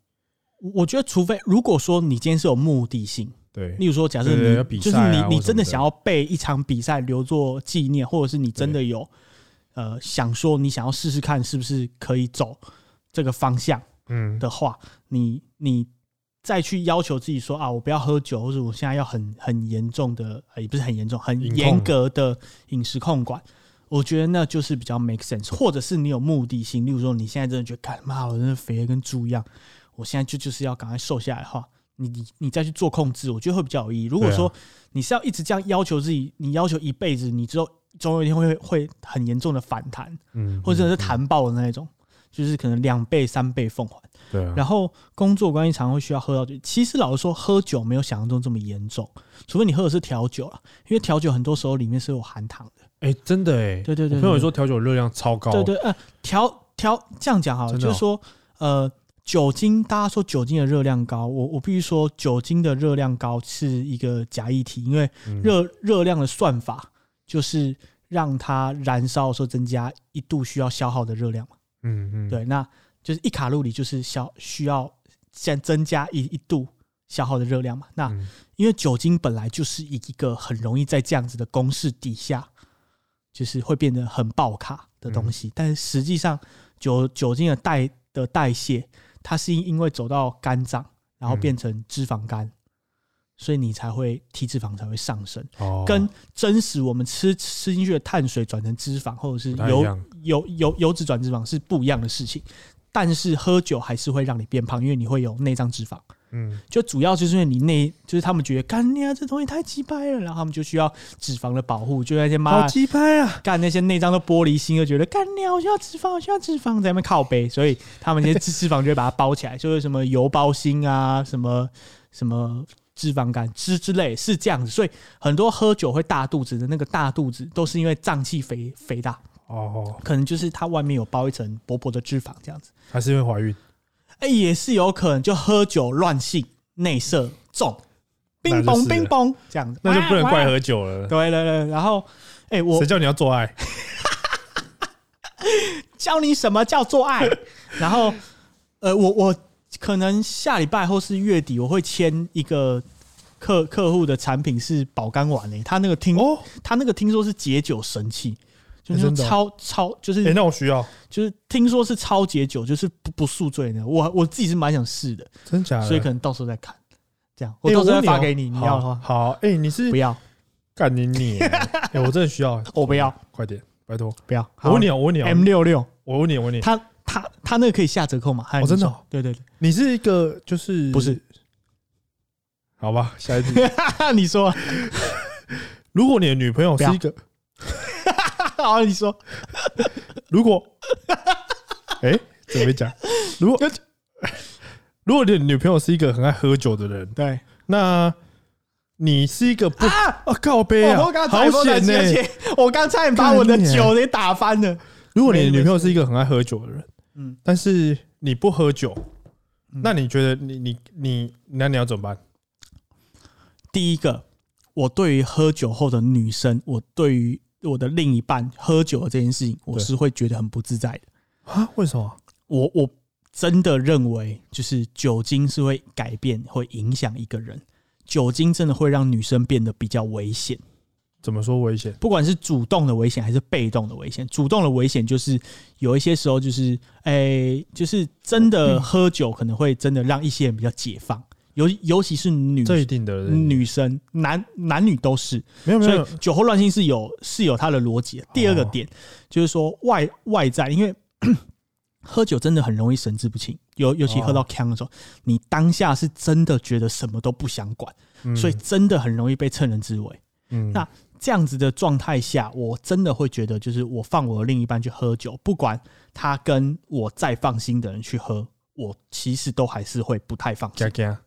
[SPEAKER 2] 我我觉得除非如果说你今天是有目的性，
[SPEAKER 1] 对
[SPEAKER 2] 例如说，假设
[SPEAKER 1] 对对要
[SPEAKER 2] 你
[SPEAKER 1] 比
[SPEAKER 2] 就是
[SPEAKER 1] 赛啊
[SPEAKER 2] 你
[SPEAKER 1] 或
[SPEAKER 2] 你
[SPEAKER 1] 什
[SPEAKER 2] 真的
[SPEAKER 1] 么的
[SPEAKER 2] 想要被一场比赛留作纪念，或者是你真的有呃想说你想要试试看是不是可以走这个方向
[SPEAKER 1] 嗯，
[SPEAKER 2] 的话，你你再去要求自己说啊，我不要喝酒，或者我现在要很很严重的，呃也不是很严重，很
[SPEAKER 1] 饮控
[SPEAKER 2] 严格的饮食控管。我觉得那就是比较 make sense，或者是你有目的性，例如说你现在真的觉得，干妈我真的肥的跟猪一样，我现在就就是要赶快瘦下来的话，你你你再去做控制，我觉得会比较有意义。如果
[SPEAKER 1] 对啊
[SPEAKER 2] 说你是要一直这样要求自己，你要求一辈子，你之后总有一天会会很严重的反弹，
[SPEAKER 1] 嗯，
[SPEAKER 2] 或者真的是
[SPEAKER 1] 谈
[SPEAKER 2] 弹爆的那一种，就是可能两倍三倍奉还。
[SPEAKER 1] 对啊，
[SPEAKER 2] 然后工作关系常会需要喝到酒。其实老实说，喝酒没有想象中这么严重，除非你喝的是调酒了，因为调酒很多时候里面是有含糖的。
[SPEAKER 1] 哎，真的哎，
[SPEAKER 2] 对对对
[SPEAKER 1] 我朋友
[SPEAKER 2] 对
[SPEAKER 1] 说调酒热量超高，
[SPEAKER 2] 对对，呃，调调这样讲好了，
[SPEAKER 1] 真的
[SPEAKER 2] 就
[SPEAKER 1] 哦
[SPEAKER 2] 是说，呃，酒精，大家说酒精的热量高，我我必须说，酒精的热量高是一个假议题，因为
[SPEAKER 1] 嗯
[SPEAKER 2] 热热量的算法就是让它燃烧的时候增加一度需要消耗的热量嘛。
[SPEAKER 1] 嗯嗯，
[SPEAKER 2] 对，那就是一卡路里就是消需要先增加一一度消耗的热量嘛。那
[SPEAKER 1] 嗯
[SPEAKER 2] 因为酒精本来就是一个很容易在这样子的公式底下，就是会变得很爆卡的
[SPEAKER 1] 嗯
[SPEAKER 2] 东西，但是实际上酒酒精的代的代谢，它是因为走到肝脏，然后
[SPEAKER 1] 嗯
[SPEAKER 2] 变成脂肪肝，所以你才会体脂肪才会上升。
[SPEAKER 1] 哦，
[SPEAKER 2] 跟真实我们吃吃进去的碳水转成脂肪，或者是
[SPEAKER 1] 不太一
[SPEAKER 2] 油
[SPEAKER 1] 样
[SPEAKER 2] 油油油脂转脂肪是不一样的事情。但是喝酒还是会让你变胖，因为你会有内脏脂肪。
[SPEAKER 1] 嗯
[SPEAKER 2] 就主要就是因为你内，就是他们觉得干你啊，这东西太鸡掰了，然后他们就需要脂肪的保护，就那些妈
[SPEAKER 1] 好鸡掰啊，
[SPEAKER 2] 干那些内脏都玻璃心，就觉得干你啊，我需要脂肪，我需要脂肪，在那边靠背，所以他们那些脂脂肪就会把它包起来，就是什么油包心啊，什么什么脂肪肝之之类，是这样子。所以很多喝酒会大肚子的那个大肚子，都是因为脏器肥肥大，
[SPEAKER 1] 哦，
[SPEAKER 2] 可能就是它外面有包一层薄薄的脂肪这样子。
[SPEAKER 1] 还是因为怀孕，
[SPEAKER 2] 哎、也是有可能就喝酒乱性内射中，
[SPEAKER 1] 那
[SPEAKER 2] 冰
[SPEAKER 1] 就
[SPEAKER 2] 崩
[SPEAKER 1] 是了
[SPEAKER 2] 冰崩这样子，
[SPEAKER 1] 那就不能怪
[SPEAKER 2] 哇。哇
[SPEAKER 1] 喝酒了。
[SPEAKER 2] 对对对，然后哎、我
[SPEAKER 1] 谁叫你要做爱？
[SPEAKER 2] 教你什么叫
[SPEAKER 1] [LAUGHS]
[SPEAKER 2] 做爱，然后呃，我我可能下礼拜或是月底我会签一个。客客户的产品是保肝丸诶、他那个听、
[SPEAKER 1] 哦，
[SPEAKER 2] 他那个听说是解酒神器，就
[SPEAKER 1] 哎
[SPEAKER 2] 是
[SPEAKER 1] 真的哦
[SPEAKER 2] 超、超就是、
[SPEAKER 1] 哎，那我需要，
[SPEAKER 2] 就是听说是超解酒，就是不不宿醉的。我我自己是蛮想试的，
[SPEAKER 1] 真假的？
[SPEAKER 2] 所以可能到时候再看。这样，我
[SPEAKER 1] 啊哎
[SPEAKER 2] 到时候再发
[SPEAKER 1] 问
[SPEAKER 2] 给
[SPEAKER 1] 哦
[SPEAKER 2] 你，你要的
[SPEAKER 1] 好
[SPEAKER 2] 话
[SPEAKER 1] 好，哎，你是
[SPEAKER 2] 不要，
[SPEAKER 1] 干你你，
[SPEAKER 2] [LAUGHS]
[SPEAKER 1] 哎，我真的需要，
[SPEAKER 2] 我不要，
[SPEAKER 1] 快点，拜托。
[SPEAKER 2] 不要。
[SPEAKER 1] 我问你哦，我问你哦，
[SPEAKER 2] ，M 六六，
[SPEAKER 1] 我问你，我问你，哦
[SPEAKER 2] 它它它那个可以下折扣吗？还有
[SPEAKER 1] 哦真的
[SPEAKER 2] 你说
[SPEAKER 1] 哦
[SPEAKER 2] 对对对，
[SPEAKER 1] 你是一个就是
[SPEAKER 2] 不是？
[SPEAKER 1] 好吧，下一题。 [LAUGHS]
[SPEAKER 2] [LAUGHS] 你说，
[SPEAKER 1] 如果你的女朋友是一个，
[SPEAKER 2] 好，你说，
[SPEAKER 1] 如果， [LAUGHS] 哎、怎么讲？如果如果你的女朋友是一个很爱喝酒的人，
[SPEAKER 2] 对，
[SPEAKER 1] 那你是一个不
[SPEAKER 2] 啊
[SPEAKER 1] 啊靠背啊，
[SPEAKER 2] 我刚才
[SPEAKER 1] 好险呢、
[SPEAKER 2] 而且我刚才把我的酒给打翻了。
[SPEAKER 1] 如果你的女朋友是一个很爱喝酒的人，
[SPEAKER 2] 嗯，
[SPEAKER 1] 但是你不喝酒，
[SPEAKER 2] 嗯
[SPEAKER 1] 那你觉得你你你那你要怎么办？
[SPEAKER 2] 第一个，我对于喝酒后的女生，我对于我的另一半喝酒的这件事情，我
[SPEAKER 1] 对
[SPEAKER 2] 是会觉得很不自在的。
[SPEAKER 1] 啊？为什么？
[SPEAKER 2] 我我真的认为，就是酒精是会改变、会影响一个人。酒精真的会让女生变得比较危险，
[SPEAKER 1] 怎么说危险？
[SPEAKER 2] 不管是主动的危险还是被动的危险。主动的危险就是有一些时候就是，诶、就是真的喝酒可能会真的让一些人比较解放，尤尤其是女
[SPEAKER 1] 这一定的，
[SPEAKER 2] 女生，男男女都是。
[SPEAKER 1] 没有没
[SPEAKER 2] 所以
[SPEAKER 1] 有，
[SPEAKER 2] 酒后乱性是有是有它的逻辑的。第二个
[SPEAKER 1] 嗯哦
[SPEAKER 2] 点、就是说外外在，因为 [CLEARS THROAT] 喝酒真的很容易神志不清，尤尤其喝
[SPEAKER 1] 哦
[SPEAKER 2] 到呛的时候，你当下是真的觉得什么都不想管，
[SPEAKER 1] 嗯
[SPEAKER 2] 所以真的很容易被趁人之危。
[SPEAKER 1] 嗯
[SPEAKER 2] 那这样子的状态下，我真的会觉得，就是我放我的另一半去喝酒，不管他跟我再放心的人去喝，我其实都还是会不太放心
[SPEAKER 1] 加。加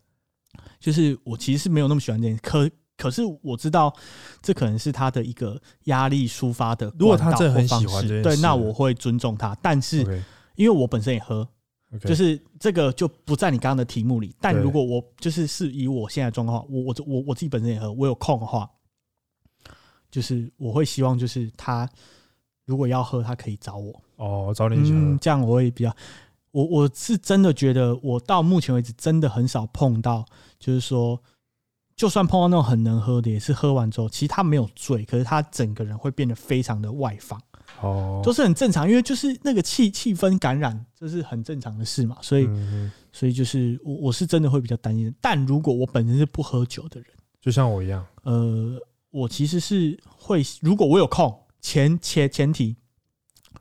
[SPEAKER 2] 就是我其实是没有那么喜欢这件事，可可是我知道这可能是他的一个压力抒发的管道
[SPEAKER 1] 如果他真的很
[SPEAKER 2] 或方
[SPEAKER 1] 喜欢
[SPEAKER 2] 式
[SPEAKER 1] 这件
[SPEAKER 2] 对，
[SPEAKER 1] 事
[SPEAKER 2] 那我会尊重他。但是
[SPEAKER 1] OK
[SPEAKER 2] 因为我本身也喝，
[SPEAKER 1] OK，
[SPEAKER 2] 就是这个就不在你刚刚的题目里。但
[SPEAKER 1] 对
[SPEAKER 2] 如果我就是是以我现在的状况，我我我我自己本身也喝，我有空的话，就是我会希望就是他如果要喝，他可以找我。
[SPEAKER 1] 哦，找你一起喝
[SPEAKER 2] 嗯，这样我会比较，我我是真的觉得，我到目前为止真的很少碰到，就是说，就算碰到那种很能喝的，也是喝完之后，其实他没有醉，可是他整个人会变得非常的外放，
[SPEAKER 1] 哦，
[SPEAKER 2] 都是很正常，因为就是那个气气氛感染，这是很正常的事嘛，所以、
[SPEAKER 1] 嗯嗯
[SPEAKER 2] 所以就是我我是真的会比较担心，但如果我本身是不喝酒的人，
[SPEAKER 1] 就像我一样，
[SPEAKER 2] 呃，我其实是会，如果我有空，前前前提，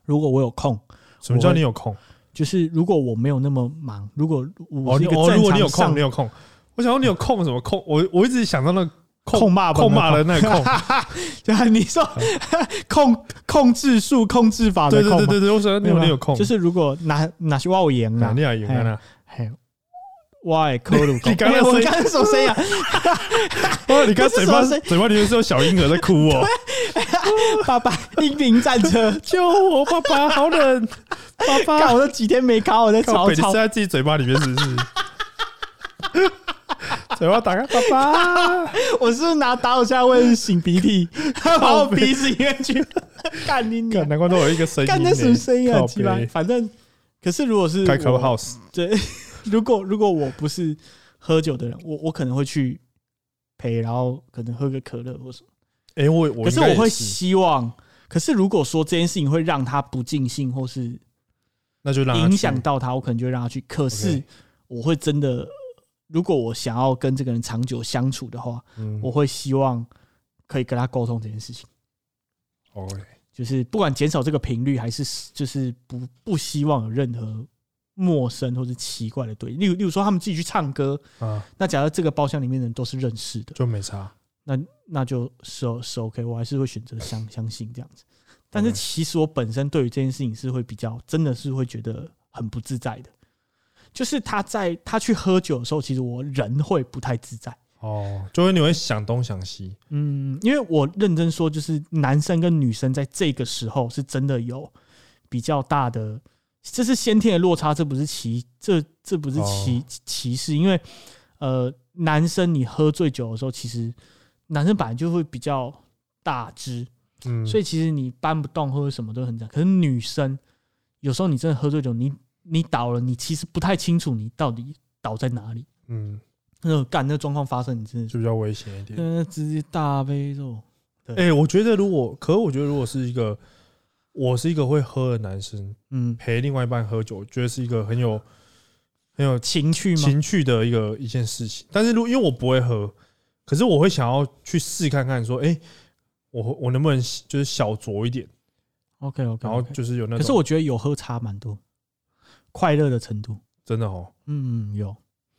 [SPEAKER 2] 如果我有空。
[SPEAKER 1] 什么叫你有空？
[SPEAKER 2] 就是如果我没有那么忙，如果我
[SPEAKER 1] 哦，
[SPEAKER 2] 是
[SPEAKER 1] 你
[SPEAKER 2] 一个
[SPEAKER 1] 哦，如
[SPEAKER 2] 正
[SPEAKER 1] 果你有
[SPEAKER 2] 常
[SPEAKER 1] 空，
[SPEAKER 2] 上
[SPEAKER 1] 你有空，我想说你有空什么空？我我一直想到那个
[SPEAKER 2] 控骂吧
[SPEAKER 1] 控骂的，那个
[SPEAKER 2] [LAUGHS]
[SPEAKER 1] 空，
[SPEAKER 2] 对，啊你说 [LAUGHS] 控控制术控制法
[SPEAKER 1] 对
[SPEAKER 2] 的
[SPEAKER 1] 对
[SPEAKER 2] 控
[SPEAKER 1] 对
[SPEAKER 2] 嘛
[SPEAKER 1] 对对，我想说你
[SPEAKER 2] 明
[SPEAKER 1] 有
[SPEAKER 2] 白
[SPEAKER 1] 你有空，
[SPEAKER 2] 啊就是哎如果哪哪些话我赢
[SPEAKER 1] 哪
[SPEAKER 2] 了
[SPEAKER 1] 里，啊有啊？
[SPEAKER 2] 嘿，我的科鲁
[SPEAKER 1] 你刚刚
[SPEAKER 2] 哎我
[SPEAKER 1] 声音
[SPEAKER 2] 刚刚什么
[SPEAKER 1] [LAUGHS]
[SPEAKER 2] 声音啊？ [LAUGHS]
[SPEAKER 1] 哦，你刚
[SPEAKER 2] 哎这是
[SPEAKER 1] 嘴巴
[SPEAKER 2] 什么声
[SPEAKER 1] 嘴巴里面是有小婴儿在哭
[SPEAKER 2] [LAUGHS] 啊
[SPEAKER 1] 哦，
[SPEAKER 2] 爸爸，英灵战车，
[SPEAKER 1] 救我爸爸，好
[SPEAKER 2] [LAUGHS]
[SPEAKER 1] 冷， [LAUGHS] 爸
[SPEAKER 2] 干
[SPEAKER 1] 爸，
[SPEAKER 2] 我都几天没考，我在
[SPEAKER 1] 靠
[SPEAKER 2] 吵
[SPEAKER 1] 北，你
[SPEAKER 2] 吵
[SPEAKER 1] 塞在自己嘴巴里面是不是？ [LAUGHS] 嘴巴打开，爸爸，
[SPEAKER 2] 我是不是拿打火下问擤
[SPEAKER 1] [LAUGHS]
[SPEAKER 2] 鼻涕，他把我鼻子里面去 [LAUGHS] 干你娘
[SPEAKER 1] 干！难怪都有一个声音呢，欸
[SPEAKER 2] 干那什么声音啊？鸡巴
[SPEAKER 1] 靠！北
[SPEAKER 2] 反正可是如果是
[SPEAKER 1] 开 club
[SPEAKER 2] 我
[SPEAKER 1] house，
[SPEAKER 2] 对， [LAUGHS] 如果如果我不是喝酒的人，我我可能会去陪，然后可能喝个可乐或什么。
[SPEAKER 1] 哎，我我
[SPEAKER 2] 可是
[SPEAKER 1] 应该
[SPEAKER 2] 我
[SPEAKER 1] 也
[SPEAKER 2] 会
[SPEAKER 1] 是
[SPEAKER 2] 希望，可是如果说这件事情会让他不尽兴或是
[SPEAKER 1] 那就让他
[SPEAKER 2] 影
[SPEAKER 1] 去
[SPEAKER 2] 响到他，我可能就会让他去。可是
[SPEAKER 1] OK
[SPEAKER 2] 我会真的，如果我想要跟这个人长久相处的话，
[SPEAKER 1] 嗯
[SPEAKER 2] 我会希望可以跟他沟通这件事情。
[SPEAKER 1] 哦
[SPEAKER 2] 就是不管减少这个频率，还是就是不不希望有任何陌生或者奇怪的对立。例如，例如说他们自己去唱歌，
[SPEAKER 1] 啊，
[SPEAKER 2] 那假如这个包厢里面的人都是认识的，
[SPEAKER 1] 就没差。
[SPEAKER 2] 那那就是哦是 OK，我还是会选择相相信这样子。但是
[SPEAKER 1] OK
[SPEAKER 2] 其实我本身对于这件事情是会比较，真的是会觉得很不自在的。就是他在他去喝酒的时候，其实我人会不太自在。
[SPEAKER 1] 哦，就会你会想东想西，
[SPEAKER 2] 嗯，因为我认真说，就是男生跟女生在这个时候是真的有比较大的，这是先天的落差，这不是歧，这这不是歧、歧视，因为呃，男生你喝醉酒的时候，其实男生本来就会比较大只，
[SPEAKER 1] 嗯，以
[SPEAKER 2] 所以其实你搬不动或者什么都很正常。可是女生有时候你真的喝醉酒，你你倒了，你其实不太清楚你到底倒在哪里，
[SPEAKER 1] 嗯，
[SPEAKER 2] 那种干那状况发生，你真的就
[SPEAKER 1] 就比较危险一点。
[SPEAKER 2] 嗯直接大杯肉。
[SPEAKER 1] 哎、我觉得如果，可我觉得如果是一个，我是一个会喝的男生，
[SPEAKER 2] 嗯，
[SPEAKER 1] 陪另外一半喝酒，我觉得是一个很有很有
[SPEAKER 2] 情趣吗？
[SPEAKER 1] 情趣的一个一件事情。但是如因为我不会喝，可是我会想要去试看看，说，哎、我我能不能就是小酌一点，
[SPEAKER 2] OK OK，
[SPEAKER 1] 然后就是有那种，
[SPEAKER 2] 可是我觉得有喝差蛮多，快乐的程度，
[SPEAKER 1] 真的哦，
[SPEAKER 2] 嗯，有，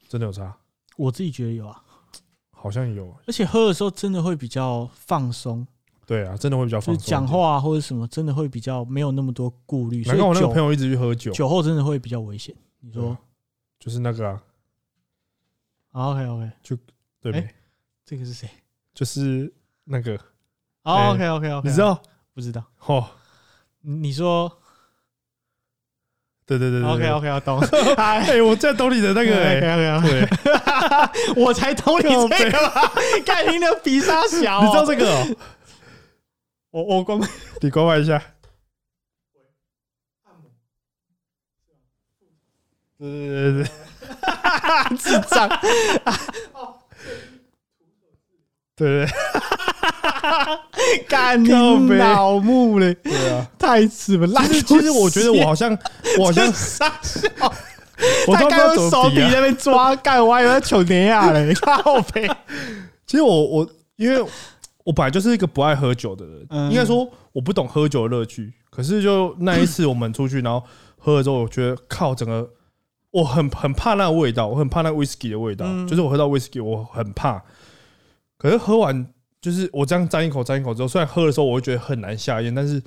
[SPEAKER 1] 真的有差，
[SPEAKER 2] 我自己觉得有啊，
[SPEAKER 1] 好像有，
[SPEAKER 2] 而且喝的时候真的会比较放松，
[SPEAKER 1] 对啊，真的会比较
[SPEAKER 2] 就
[SPEAKER 1] 放
[SPEAKER 2] 是
[SPEAKER 1] 松。
[SPEAKER 2] 讲，话啊或者什么，真的会比较没有那么多顾虑，所
[SPEAKER 1] 难
[SPEAKER 2] 以
[SPEAKER 1] 怪我那个
[SPEAKER 2] 酒
[SPEAKER 1] 朋友一直去喝酒，
[SPEAKER 2] 酒后真的会比较危险。你
[SPEAKER 1] 对
[SPEAKER 2] 说
[SPEAKER 1] 啊就是那个啊，
[SPEAKER 2] ，OK OK，
[SPEAKER 1] 对没
[SPEAKER 2] 哎啊这个是谁
[SPEAKER 1] 就是那个，哎
[SPEAKER 2] ？OK OK OK，
[SPEAKER 1] 你知道
[SPEAKER 2] 不知道？
[SPEAKER 1] 哦，
[SPEAKER 2] 你你说
[SPEAKER 1] 对对对对
[SPEAKER 2] OK
[SPEAKER 1] 对
[SPEAKER 2] OK，我懂。
[SPEAKER 1] 哎、我在懂你的那个、
[SPEAKER 2] [LAUGHS]
[SPEAKER 1] 哎 [LAUGHS]
[SPEAKER 2] OK OK，
[SPEAKER 1] 对，
[SPEAKER 2] 我才懂你
[SPEAKER 1] 靠
[SPEAKER 2] 这个吧？ [LAUGHS] 看你的比沙小哦，
[SPEAKER 1] 你知道这个、
[SPEAKER 2] [LAUGHS]
[SPEAKER 1] 哦？
[SPEAKER 2] 我我光
[SPEAKER 1] 你关外一下。对对对对，
[SPEAKER 2] 智障。
[SPEAKER 1] 对对
[SPEAKER 2] 干你
[SPEAKER 1] 靠北
[SPEAKER 2] 老木嘞，
[SPEAKER 1] 对啊！
[SPEAKER 2] 太次了。
[SPEAKER 1] 其实其实我觉得我好像我好像
[SPEAKER 2] 傻笑， [LAUGHS]
[SPEAKER 1] 我都不知道
[SPEAKER 2] 他
[SPEAKER 1] 怎
[SPEAKER 2] 刚用
[SPEAKER 1] 么
[SPEAKER 2] 手
[SPEAKER 1] 比
[SPEAKER 2] 比
[SPEAKER 1] 啊。
[SPEAKER 2] 那边抓，干我还以为他求年亚嘞，靠背。
[SPEAKER 1] [LAUGHS] 其实我我因为我本来就是一个不爱喝酒的人，
[SPEAKER 2] 嗯
[SPEAKER 1] 应该说我不懂喝酒的乐趣。可是就那一次我们出去，然后喝了之后，我觉得靠，整个我很很怕那个味道，我很怕那 whisky 的味道，
[SPEAKER 2] 嗯
[SPEAKER 1] 就是我喝到 whisky 我很怕。可是喝完就是我这样沾一口沾一口之后，虽然喝的时候我会觉得很难下咽，但是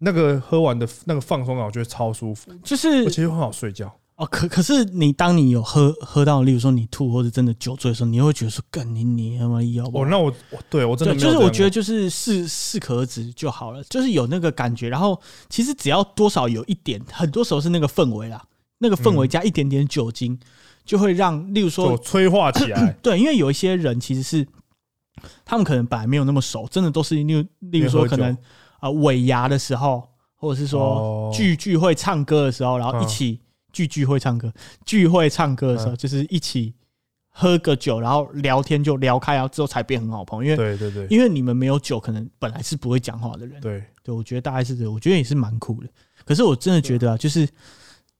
[SPEAKER 1] 那个喝完的那个放松感，我觉得超舒服，
[SPEAKER 2] [LAUGHS] 就是
[SPEAKER 1] 而且又很好睡觉。
[SPEAKER 2] 哦，可可是你当你有喝喝到，例如说你吐或者真的酒醉的时候，你会觉得说干你你他妈要
[SPEAKER 1] 哦，那我我对我真的没有
[SPEAKER 2] 对，就
[SPEAKER 1] 这
[SPEAKER 2] 是
[SPEAKER 1] 样哦
[SPEAKER 2] 我觉得
[SPEAKER 1] 过
[SPEAKER 2] 就是适适可而止就好了，就是有那个感觉。然后其实只要多少有一点，很多时候是那个氛围啦，那个氛围
[SPEAKER 1] 嗯
[SPEAKER 2] 加一点点酒精，就会让，例如
[SPEAKER 1] 就
[SPEAKER 2] 说
[SPEAKER 1] 催化起来
[SPEAKER 2] 嗯，对，因为有一些人其实是他们可能本来没有那么熟，真的都是例如例如说可能
[SPEAKER 1] 因为喝
[SPEAKER 2] 啊、呃尾牙的时候，或者是 [CLEARS THROAT] 说
[SPEAKER 1] 哦
[SPEAKER 2] 聚聚会唱歌的时候，然后一
[SPEAKER 1] 嗯
[SPEAKER 2] 起聚聚会唱歌，聚会唱歌的时候
[SPEAKER 1] 嗯
[SPEAKER 2] 就是一起喝个酒，然后聊天就聊开，然后之后才变很好朋友，因为
[SPEAKER 1] 对对对
[SPEAKER 2] 因为你们没有酒，可能本来是不会讲话的人。
[SPEAKER 1] 对，
[SPEAKER 2] 对，我觉得大概是这个，我觉得也是蛮酷的。可是我真的觉得啊，就是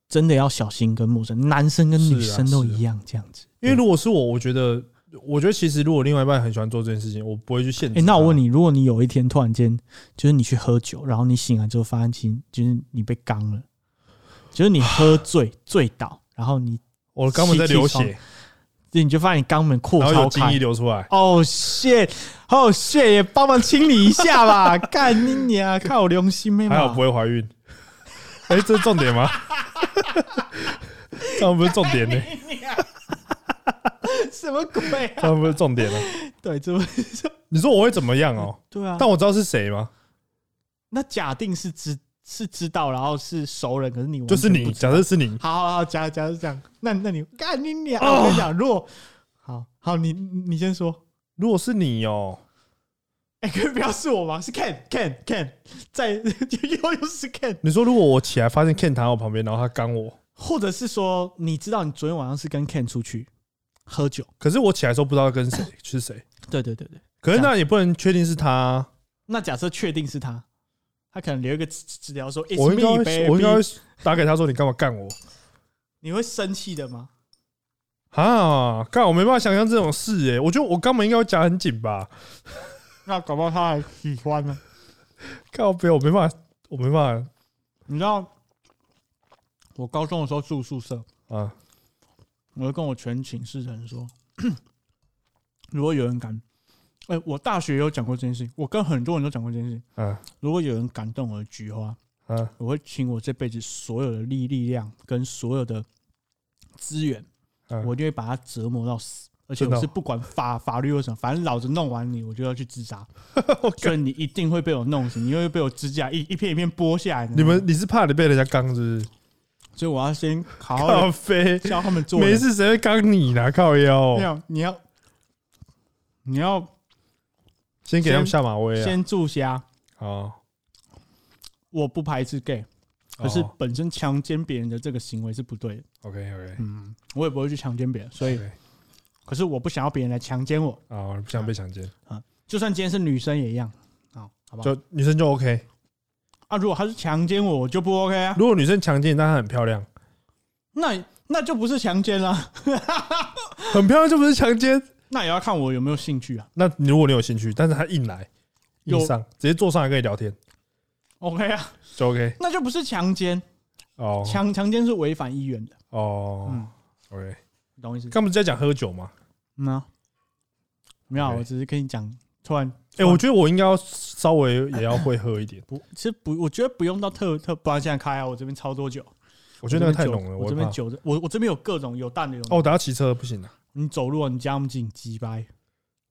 [SPEAKER 2] 真的要小心跟陌生，男生跟女
[SPEAKER 1] 是啊
[SPEAKER 2] 生都
[SPEAKER 1] 是啊
[SPEAKER 2] 一样这样子。
[SPEAKER 1] 因为如果是我，我觉得，我觉得其实如果另外一半很喜欢做这件事情，我不会去限制
[SPEAKER 2] 哎、
[SPEAKER 1] 他。
[SPEAKER 2] 那我问你，如果你有一天突然间，就是你去喝酒，然后你醒来之后发现，其实就是你被刚了，就是你喝醉醉倒，然后你
[SPEAKER 1] 我的肛门在流
[SPEAKER 2] 气气
[SPEAKER 1] 血，
[SPEAKER 2] 你就发现你肛门扩
[SPEAKER 1] 然后
[SPEAKER 2] 超
[SPEAKER 1] 有精液
[SPEAKER 2] 开。
[SPEAKER 1] 流出来，
[SPEAKER 2] 哦谢哦谢，也帮忙清理一
[SPEAKER 1] [LAUGHS]
[SPEAKER 2] 下吧！干你娘，看我良心没
[SPEAKER 1] 还好不
[SPEAKER 2] 嘛？
[SPEAKER 1] 会怀孕。哎，这是重点吗？ [LAUGHS] 这样不是重点呢，
[SPEAKER 2] [LAUGHS] 什么鬼啊？
[SPEAKER 1] 这样不是重点呢。
[SPEAKER 2] 对，这不
[SPEAKER 1] 你说我会怎么样哦？
[SPEAKER 2] 对啊。
[SPEAKER 1] 但我知道是谁吗？
[SPEAKER 2] 那假定是知是知道，然后是熟人，可是你完
[SPEAKER 1] 就
[SPEAKER 2] 全
[SPEAKER 1] 是你，
[SPEAKER 2] 不知
[SPEAKER 1] 假设是你，
[SPEAKER 2] 好好好，假假如是这样，那那你干你娘！
[SPEAKER 1] 哦
[SPEAKER 2] 我跟你讲，如果好好，你你先说。 [LAUGHS]
[SPEAKER 1] 如果是你哦、
[SPEAKER 2] 哎、可以不要是我吗？是 Ken Ken Ken，在又又是 Ken，
[SPEAKER 1] 你说如果我起来发现 Ken 躺在我旁边，然后他干我，
[SPEAKER 2] 或者是说你知道你昨天晚上是跟 Ken 出去喝酒？
[SPEAKER 1] 可是我起来的时候不知道跟谁是谁，
[SPEAKER 2] 对对对对。
[SPEAKER 1] 可是那也不能确定是他啊，
[SPEAKER 2] 那假设确定是他，他可能留一个纸条说 “It's
[SPEAKER 1] 我应
[SPEAKER 2] me,
[SPEAKER 1] 该我应该
[SPEAKER 2] baby”，
[SPEAKER 1] 打给他说你干嘛干我
[SPEAKER 2] 你会生气的吗？
[SPEAKER 1] 啊？干我没办法想象这种事哎、我觉得我肛门应该会夹很紧吧，
[SPEAKER 2] 那搞不好他还喜欢呢。
[SPEAKER 1] 靠背我没办法，我没办
[SPEAKER 2] 你知道，我高中的时候住宿舍，
[SPEAKER 1] 法啊，
[SPEAKER 2] 我就跟我全寝室的人说， [COUGHS] 如果有人敢，哎、我大学有讲过这件事情，我跟很多人都讲过这件事情。
[SPEAKER 1] 嗯
[SPEAKER 2] 如果有人敢动我的菊花，
[SPEAKER 1] 嗯
[SPEAKER 2] 我会请我这辈子所有的力力量跟所有的资源，
[SPEAKER 1] 嗯
[SPEAKER 2] 我就会把他折磨到死。而且
[SPEAKER 1] 真的哦
[SPEAKER 2] 我是不管法 [LAUGHS] 法律或什么，反正老子弄完你，我就要去自
[SPEAKER 1] [LAUGHS]
[SPEAKER 2] 杀
[SPEAKER 1] 我。
[SPEAKER 2] 所以你一定会被我弄死，你会被我指甲一一片一片剥下来。
[SPEAKER 1] 你们，你是怕你被人家刚是不是？
[SPEAKER 2] 所以我要先好好
[SPEAKER 1] 靠
[SPEAKER 2] 的
[SPEAKER 1] 背，
[SPEAKER 2] 教他们做人。
[SPEAKER 1] 没事谁会刚你啦？靠腰
[SPEAKER 2] 没，有，你要你要
[SPEAKER 1] 先给他们下马威啊！
[SPEAKER 2] 先注虾，
[SPEAKER 1] 好，
[SPEAKER 2] 我不排斥 gay，可是
[SPEAKER 1] 哦
[SPEAKER 2] 本身强奸别人的这个行为是不对的。
[SPEAKER 1] OK OK，
[SPEAKER 2] 嗯，我也不会去强奸别人，所以
[SPEAKER 1] OK，
[SPEAKER 2] 可是我不想要别人来强奸我，
[SPEAKER 1] 啊，我不想被强奸，
[SPEAKER 2] 就算今天是女生也一样。好，好吧。
[SPEAKER 1] 哦就女生就 OK。
[SPEAKER 2] 啊，如果他是强奸我，我就不 OK 啊，
[SPEAKER 1] 如果女生强奸，但她很漂亮，
[SPEAKER 2] 那那就不是强奸啦，
[SPEAKER 1] 很漂亮就不是强奸。
[SPEAKER 2] [LAUGHS] 那也要看我有没有兴趣啊。
[SPEAKER 1] 那如果你有兴趣，但是她硬来
[SPEAKER 2] 有
[SPEAKER 1] 硬上，直接坐上来跟你聊天
[SPEAKER 2] OK 啊，
[SPEAKER 1] 就 OK。
[SPEAKER 2] 那就不是强奸，
[SPEAKER 1] 哦
[SPEAKER 2] 强强奸是违反意愿的，
[SPEAKER 1] 哦
[SPEAKER 2] 嗯
[SPEAKER 1] ，OK。
[SPEAKER 2] 你懂我意思？
[SPEAKER 1] 刚不是在讲喝酒吗？
[SPEAKER 2] 嗯啊，没有啊，
[SPEAKER 1] OK
[SPEAKER 2] 我只是跟你讲，突然
[SPEAKER 1] 哎，我觉得我应该要稍微也要会喝一
[SPEAKER 2] [LAUGHS]
[SPEAKER 1] 点。
[SPEAKER 2] 不，其实不，我觉得不用到特特，不然现在开啊，我这边超多酒，
[SPEAKER 1] 我
[SPEAKER 2] 我
[SPEAKER 1] 觉得那个太浓了，
[SPEAKER 2] 我
[SPEAKER 1] 我会怕
[SPEAKER 2] 这边。酒的，我我这边有各种有淡的有浓
[SPEAKER 1] 哦，我等下骑车不行了，
[SPEAKER 2] 你走路啊，你加我们进鸡掰，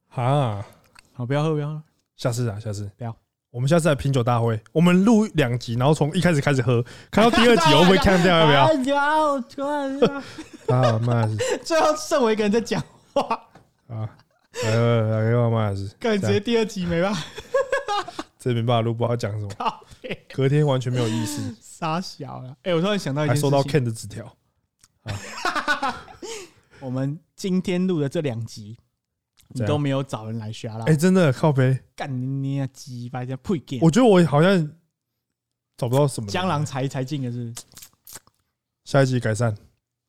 [SPEAKER 1] 哈，
[SPEAKER 2] 好，不要喝，不要喝，
[SPEAKER 1] 下次啊，下次
[SPEAKER 2] 不要。
[SPEAKER 1] 我们下次来品酒大会，我们录两集，然后从一开始开始
[SPEAKER 2] [LAUGHS]
[SPEAKER 1] 喝，看到第二集我会不会看掉？要哎不要？
[SPEAKER 2] 不要，我突然
[SPEAKER 1] [LAUGHS] 啊，妈的
[SPEAKER 2] 最后剩我一个人在讲话，
[SPEAKER 1] 啊！哎来来来，来妈的是，
[SPEAKER 2] 感觉直接第二集没办
[SPEAKER 1] 啊
[SPEAKER 2] 法
[SPEAKER 1] 这没办法录，不知道讲什么，
[SPEAKER 2] 靠背，
[SPEAKER 1] 隔天完全没有意
[SPEAKER 2] [LAUGHS]
[SPEAKER 1] 思，
[SPEAKER 2] 傻小了。哎，我突然想到一
[SPEAKER 1] 还
[SPEAKER 2] 件事
[SPEAKER 1] 收到
[SPEAKER 2] 情，
[SPEAKER 1] Ken 的纸条。
[SPEAKER 2] 我们今天录的这两集，
[SPEAKER 1] 怎
[SPEAKER 2] 你
[SPEAKER 1] 样
[SPEAKER 2] 都没有找人来刷啦
[SPEAKER 1] 哎，，真的靠背，
[SPEAKER 2] 干你娘鸡掰，这样呸给
[SPEAKER 1] 我觉得我好像找不到什么人
[SPEAKER 2] 江郎。才才尽的是不是。
[SPEAKER 1] 下一集改善，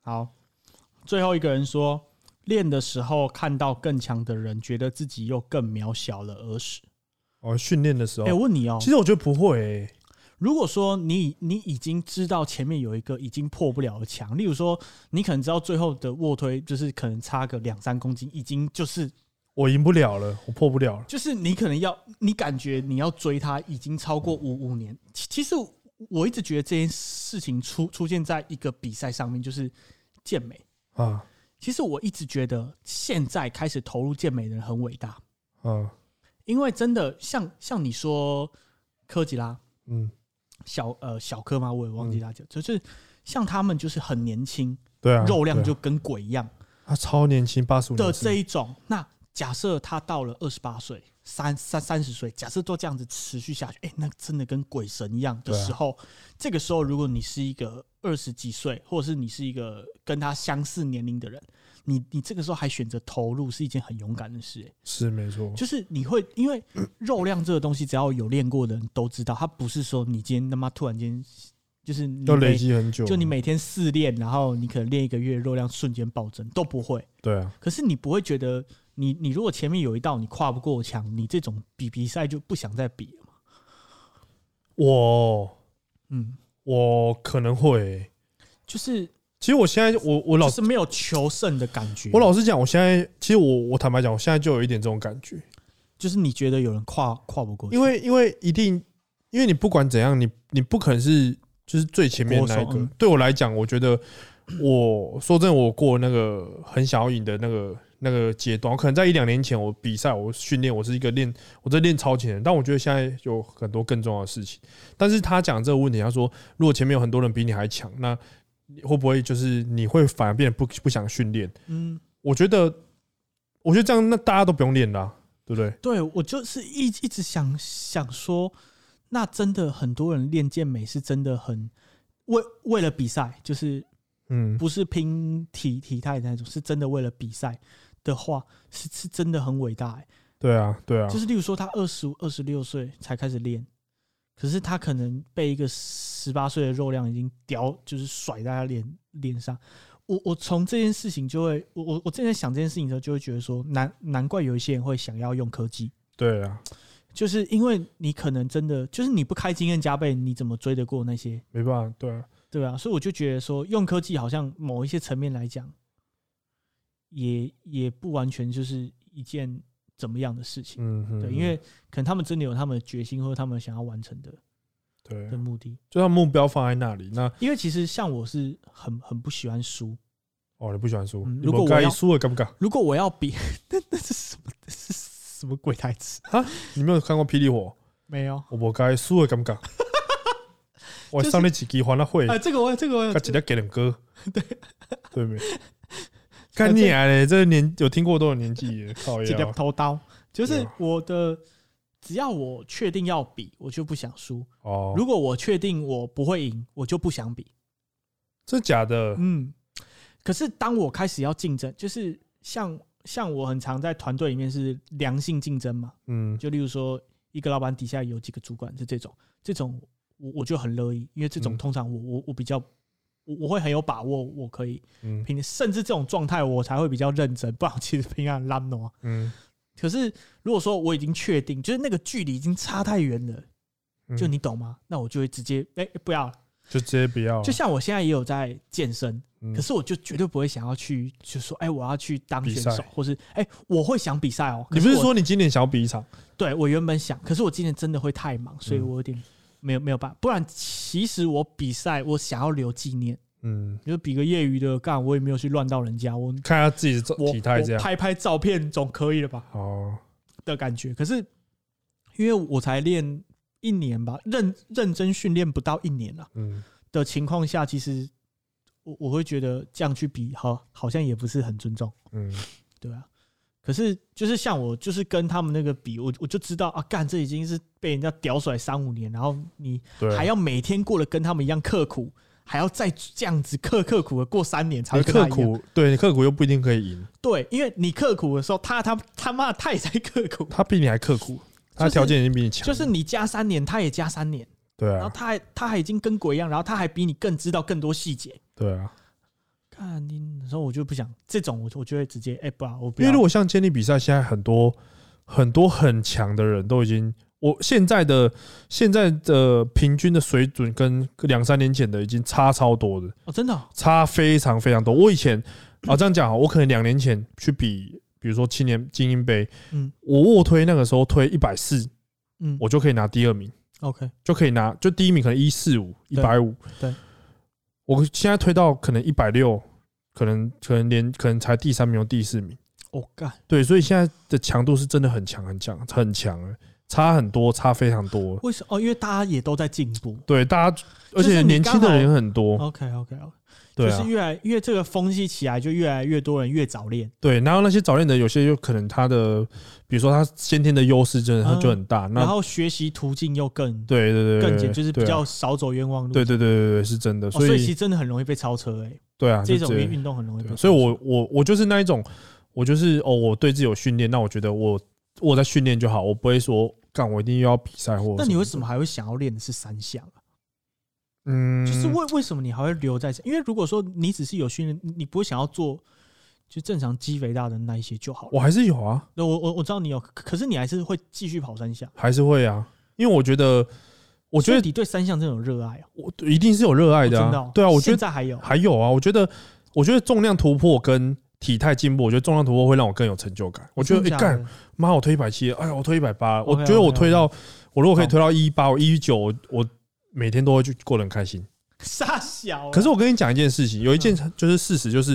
[SPEAKER 2] 好，最后一个人说，练的时候看到更强的人，觉得自己又更渺小了而死。
[SPEAKER 1] 哦，训练的时
[SPEAKER 2] 哎、
[SPEAKER 1] 候，
[SPEAKER 2] 我问你哦
[SPEAKER 1] 其，实我觉得不会欸，
[SPEAKER 2] 如果说你你已经知道前面有一个已经破不了的墙，例如说你可能知道最后的卧推就是可能差个两三公斤，已经就是
[SPEAKER 1] 我赢不了了，我破不了了。
[SPEAKER 2] 就是你可能要你感觉你要追他已经超过五五年。其其实我一直觉得这件事情出出现在一个比赛上面，就是健美。
[SPEAKER 1] 啊
[SPEAKER 2] 其实我一直觉得，现在开始投入健美的人很伟大，
[SPEAKER 1] 啊
[SPEAKER 2] 因为真的像像你说科吉拉
[SPEAKER 1] 嗯，
[SPEAKER 2] 小呃小科吗？我也忘记他叫，就是像他们就是很年轻，
[SPEAKER 1] 对啊，
[SPEAKER 2] 肉量
[SPEAKER 1] 对啊
[SPEAKER 2] 就跟鬼一样
[SPEAKER 1] 他超年轻，八十五
[SPEAKER 2] 的这一种。那假设他到了二十八岁、三三三十岁，假设都这样子持续下去，哎、那真的跟鬼神一样的
[SPEAKER 1] 对啊
[SPEAKER 2] 时候，这个时候如果你是一个二十几岁，或者是你是一个跟他相似年龄的人，你你这个时候还选择投入，是一件很勇敢的事、诶
[SPEAKER 1] 是没错，
[SPEAKER 2] 就是你会因为肉量这个东西，只要有练过的人都知道，它不是说你今天他妈突然间就是你
[SPEAKER 1] 要累
[SPEAKER 2] 每
[SPEAKER 1] 积很久，
[SPEAKER 2] 就你每天试练，然后你可能练一个月，肉量瞬间暴增都不会。
[SPEAKER 1] 对啊，
[SPEAKER 2] 可是你不会觉得你你如果前面有一道你跨不过墙，你这种比比赛就不想再比了嘛。
[SPEAKER 1] 我
[SPEAKER 2] 嗯，
[SPEAKER 1] 我可能会欸，
[SPEAKER 2] 就是
[SPEAKER 1] 其实我现在我我老
[SPEAKER 2] 就是没有求胜的感觉。
[SPEAKER 1] 我老实讲，我现在其实我我坦白讲，我现在就有一点这种感觉，
[SPEAKER 2] 就是你觉得有人跨跨不过去，
[SPEAKER 1] 因为因为一定，因为你不管怎样，你你不可能是就是最前面那一
[SPEAKER 2] 国
[SPEAKER 1] 个
[SPEAKER 2] 手嗯。
[SPEAKER 1] 对我来讲，我觉得我说真的，我过那个很想要赢的那个那个阶段，我可能在一两年前我比赛我训练，我是一个练我在练超前人，但我觉得现在有很多更重要的事情。但是他讲这个问题，他说如果前面有很多人比你还强，那你会不会就是你会反而变得不不想训练？
[SPEAKER 2] 嗯，
[SPEAKER 1] 我觉得我觉得这样那大家都不用练啦、对不对？
[SPEAKER 2] 对我就是一一直想想说，那真的很多人练健美是真的很为为了比赛，就是
[SPEAKER 1] 嗯，
[SPEAKER 2] 不是拼体体态的那种，是真的为了比赛的话，是是真的很伟大、欸。
[SPEAKER 1] 对啊，对啊，
[SPEAKER 2] 就是例如说，他二十五、二十六岁才开始练，可是他可能被一个十八岁的肉量已经叼，就是甩在他脸脸上。我我从这件事情就会，我我我正在想这件事情的时候，就会觉得说，难难怪有一些人会想要用科技，
[SPEAKER 1] 对啊，
[SPEAKER 2] 就是因为你可能真的就是你不开经验加倍，你怎么追得过那些，
[SPEAKER 1] 没办法，对啊，
[SPEAKER 2] 对吧、所以我就觉得说，用科技好像某一些层面来讲，也也不完全就是一件怎么样的事情。
[SPEAKER 1] 嗯哼，
[SPEAKER 2] 对，因为可能他们真的有他们的决心或者他们想要完成的
[SPEAKER 1] 对，
[SPEAKER 2] 的目的。
[SPEAKER 1] 就他目标放在那里，那
[SPEAKER 2] 因为其实像我是很很不喜欢输，
[SPEAKER 1] 哦，你不喜欢输，
[SPEAKER 2] 嗯
[SPEAKER 1] 你
[SPEAKER 2] 如果
[SPEAKER 1] 不
[SPEAKER 2] 我
[SPEAKER 1] 该
[SPEAKER 2] 要
[SPEAKER 1] 输了敢不敢？
[SPEAKER 2] 如果我要比， [LAUGHS] 那那是什么？那是什么鬼台词？
[SPEAKER 1] 你没有看过《霹雳火》？
[SPEAKER 2] 没有啊、
[SPEAKER 1] 我不该输了敢不
[SPEAKER 2] [LAUGHS]
[SPEAKER 1] 敢？我上你几集还了会，
[SPEAKER 2] 啊这个我这个我有
[SPEAKER 1] 他直接给人
[SPEAKER 2] [LAUGHS]
[SPEAKER 1] 哥，对对没？干你啊嘞！这个年有听过都有年纪了，靠
[SPEAKER 2] 直接
[SPEAKER 1] 呀！
[SPEAKER 2] 偷刀，就是
[SPEAKER 1] 啊对啊
[SPEAKER 2] 我的。只要我确定要比，我就不想输；
[SPEAKER 1] 哦，
[SPEAKER 2] 如果我确定我不会赢，我就不想比。
[SPEAKER 1] 真假的？
[SPEAKER 2] 嗯，可是当我开始要竞争，就是像像我很常在团队里面是良性竞争嘛，
[SPEAKER 1] 嗯，
[SPEAKER 2] 就例如说，一个老板底下有几个主管是这种，这种我我就很乐意，因为这种
[SPEAKER 1] 嗯
[SPEAKER 2] 通常我我我比较我我会很有把握，我可以
[SPEAKER 1] 嗯
[SPEAKER 2] 拼，甚至这种状态我才会比较认真，不然我其实平常烂挪。
[SPEAKER 1] 嗯，
[SPEAKER 2] 可是如果说我已经确定，就是那个距离已经差太远了，
[SPEAKER 1] 嗯
[SPEAKER 2] 就你懂吗？那我就会直接哎、不要了。
[SPEAKER 1] 就直接不要了，
[SPEAKER 2] 就像我现在也有在健身，
[SPEAKER 1] 哦嗯
[SPEAKER 2] 可是我就绝对不会想要去，就说哎、我要去当
[SPEAKER 1] 比
[SPEAKER 2] 选
[SPEAKER 1] 赛
[SPEAKER 2] 手，或是哎、我会想比赛哦。可
[SPEAKER 1] 你不是
[SPEAKER 2] 我
[SPEAKER 1] 说你今年想要比一场？
[SPEAKER 2] 对我原本想，可是我今天真的会太忙，所以
[SPEAKER 1] 嗯
[SPEAKER 2] 我有点没有没有办法。不然其实我比赛我想要留纪念，
[SPEAKER 1] 嗯，
[SPEAKER 2] 就是比个业余的干，我也没有去乱到人家，我
[SPEAKER 1] 看他自己的
[SPEAKER 2] 我
[SPEAKER 1] 体态这
[SPEAKER 2] 我
[SPEAKER 1] 样。
[SPEAKER 2] 拍拍照片总可以了吧
[SPEAKER 1] 哦，
[SPEAKER 2] 的感觉。可是因为我才练一年吧，认认真训练不到一年啊
[SPEAKER 1] 嗯，
[SPEAKER 2] 的情况下，其实我我会觉得这样去比好好像也不是很尊重。
[SPEAKER 1] 嗯，
[SPEAKER 2] 对啊。可是就是像我，就是跟他们那个比，我我就知道啊，干这已经是被人家屌甩三五年，然后你
[SPEAKER 1] 对，啊
[SPEAKER 2] 还要每天过得跟他们一样刻苦，还要再这样子刻刻苦的过三年才
[SPEAKER 1] 你
[SPEAKER 2] 会跟他
[SPEAKER 1] 刻
[SPEAKER 2] 一样。
[SPEAKER 1] 苦，对你刻苦又不一定可以赢，
[SPEAKER 2] 对，因为你刻苦的时候，他他他妈他也在刻苦，
[SPEAKER 1] 他比你还刻苦，他条件已经比你强
[SPEAKER 2] 就
[SPEAKER 1] 了，
[SPEAKER 2] 是你加三年，他也加三年，
[SPEAKER 1] 对
[SPEAKER 2] 然后
[SPEAKER 1] 啊，
[SPEAKER 2] 他还他还已经跟鬼一样，然后他还比你更知道更多细节。
[SPEAKER 1] 对啊，
[SPEAKER 2] 看你，然后我就不想这种，我我就会直接哎、不啊，我不
[SPEAKER 1] 因为
[SPEAKER 2] 要
[SPEAKER 1] 如。果像健力比赛，现在很多很多很强的人都已经，我现在的现在的平均的水准跟两三年前的已经差超多的，
[SPEAKER 2] 哦，真的哦、
[SPEAKER 1] 差非常非常多。我以
[SPEAKER 2] [CLEARS THROAT]
[SPEAKER 1] 前啊这样讲啊，我可能两年前去比，比如说青年精英杯，
[SPEAKER 2] 嗯
[SPEAKER 1] 我卧推那个时候推一百四，
[SPEAKER 2] 嗯
[SPEAKER 1] 我就可以拿第二名，
[SPEAKER 2] ，OK，
[SPEAKER 1] 就可以拿就第一名可能一四五一
[SPEAKER 2] 对
[SPEAKER 1] 百五，
[SPEAKER 2] 对，
[SPEAKER 1] 我现在推到可能一百六，可能可能连可能才第三名或第四名。
[SPEAKER 2] 我、哦干，
[SPEAKER 1] 对，所以现在的强度是真的很强、很强、很强了，差很多，差非常多。
[SPEAKER 2] 为什么？哦，因为大家也都在进步。
[SPEAKER 1] 对，大家而
[SPEAKER 2] 就是
[SPEAKER 1] 且
[SPEAKER 2] 你
[SPEAKER 1] 年轻
[SPEAKER 2] 刚好
[SPEAKER 1] 的人也很多，
[SPEAKER 2] OK OK OK，
[SPEAKER 1] 哦对
[SPEAKER 2] 哦就
[SPEAKER 1] 啊
[SPEAKER 2] 是，越来越这个风气起来，就越来越多人越早练。
[SPEAKER 1] 对。然后那些早恋的，有些就可能他的，比如说他先天的优势真的
[SPEAKER 2] 嗯
[SPEAKER 1] 就很大，
[SPEAKER 2] 然
[SPEAKER 1] 那
[SPEAKER 2] 后学习途径又更
[SPEAKER 1] 对对对，对
[SPEAKER 2] 更简，就是比，较
[SPEAKER 1] 对啊
[SPEAKER 2] 少走冤枉路。
[SPEAKER 1] 对对对对对，是真的。
[SPEAKER 2] 哦，
[SPEAKER 1] 所
[SPEAKER 2] 所以其实
[SPEAKER 1] 以
[SPEAKER 2] 真的很容易被超车哎，
[SPEAKER 1] 对啊，
[SPEAKER 2] 这
[SPEAKER 1] 就
[SPEAKER 2] 种
[SPEAKER 1] 样
[SPEAKER 2] 运运动很容易
[SPEAKER 1] 对
[SPEAKER 2] 被
[SPEAKER 1] 啊
[SPEAKER 2] 超车。
[SPEAKER 1] 所以我我我就是那一种，我就是哦，我对自己有训练，那我觉得我我在训练就好，我不会说干我一定又要比赛或。
[SPEAKER 2] 那你为什么？还会想要练的是三项啊？
[SPEAKER 1] 嗯，
[SPEAKER 2] 就是为为什么你还会留在这？因为如果说你只是有训练，你你不会想要做就正常肌肥大的那一些就好了。
[SPEAKER 1] 我还是有啊，
[SPEAKER 2] 那我我我知道你有，可可是你还是会继续跑三项。
[SPEAKER 1] 还是会啊，因为我觉得，我
[SPEAKER 2] 我
[SPEAKER 1] 觉得
[SPEAKER 2] 你对三项真的有热爱哦。
[SPEAKER 1] 我一定是有热爱的
[SPEAKER 2] 哦真
[SPEAKER 1] 啊
[SPEAKER 2] 的，
[SPEAKER 1] 对啊，我觉
[SPEAKER 2] 现
[SPEAKER 1] 得
[SPEAKER 2] 在还有
[SPEAKER 1] 还有啊，我觉得，我觉得重量突破跟体态进步，我觉得重量突破会让我更有成就感。我觉得，
[SPEAKER 2] 真
[SPEAKER 1] 哎
[SPEAKER 2] 假的 [LAUGHS]
[SPEAKER 1] 干，妈，我推一百七，哎呀，我推一百八，我
[SPEAKER 2] OK，OK，OK
[SPEAKER 1] 觉得我推到，我如果可以推到一八，我一九，我我每天都会去过得很开心。
[SPEAKER 2] 傻小啊。
[SPEAKER 1] 可是我跟你讲一件事情，有一件
[SPEAKER 2] 嗯
[SPEAKER 1] 就是事实，就是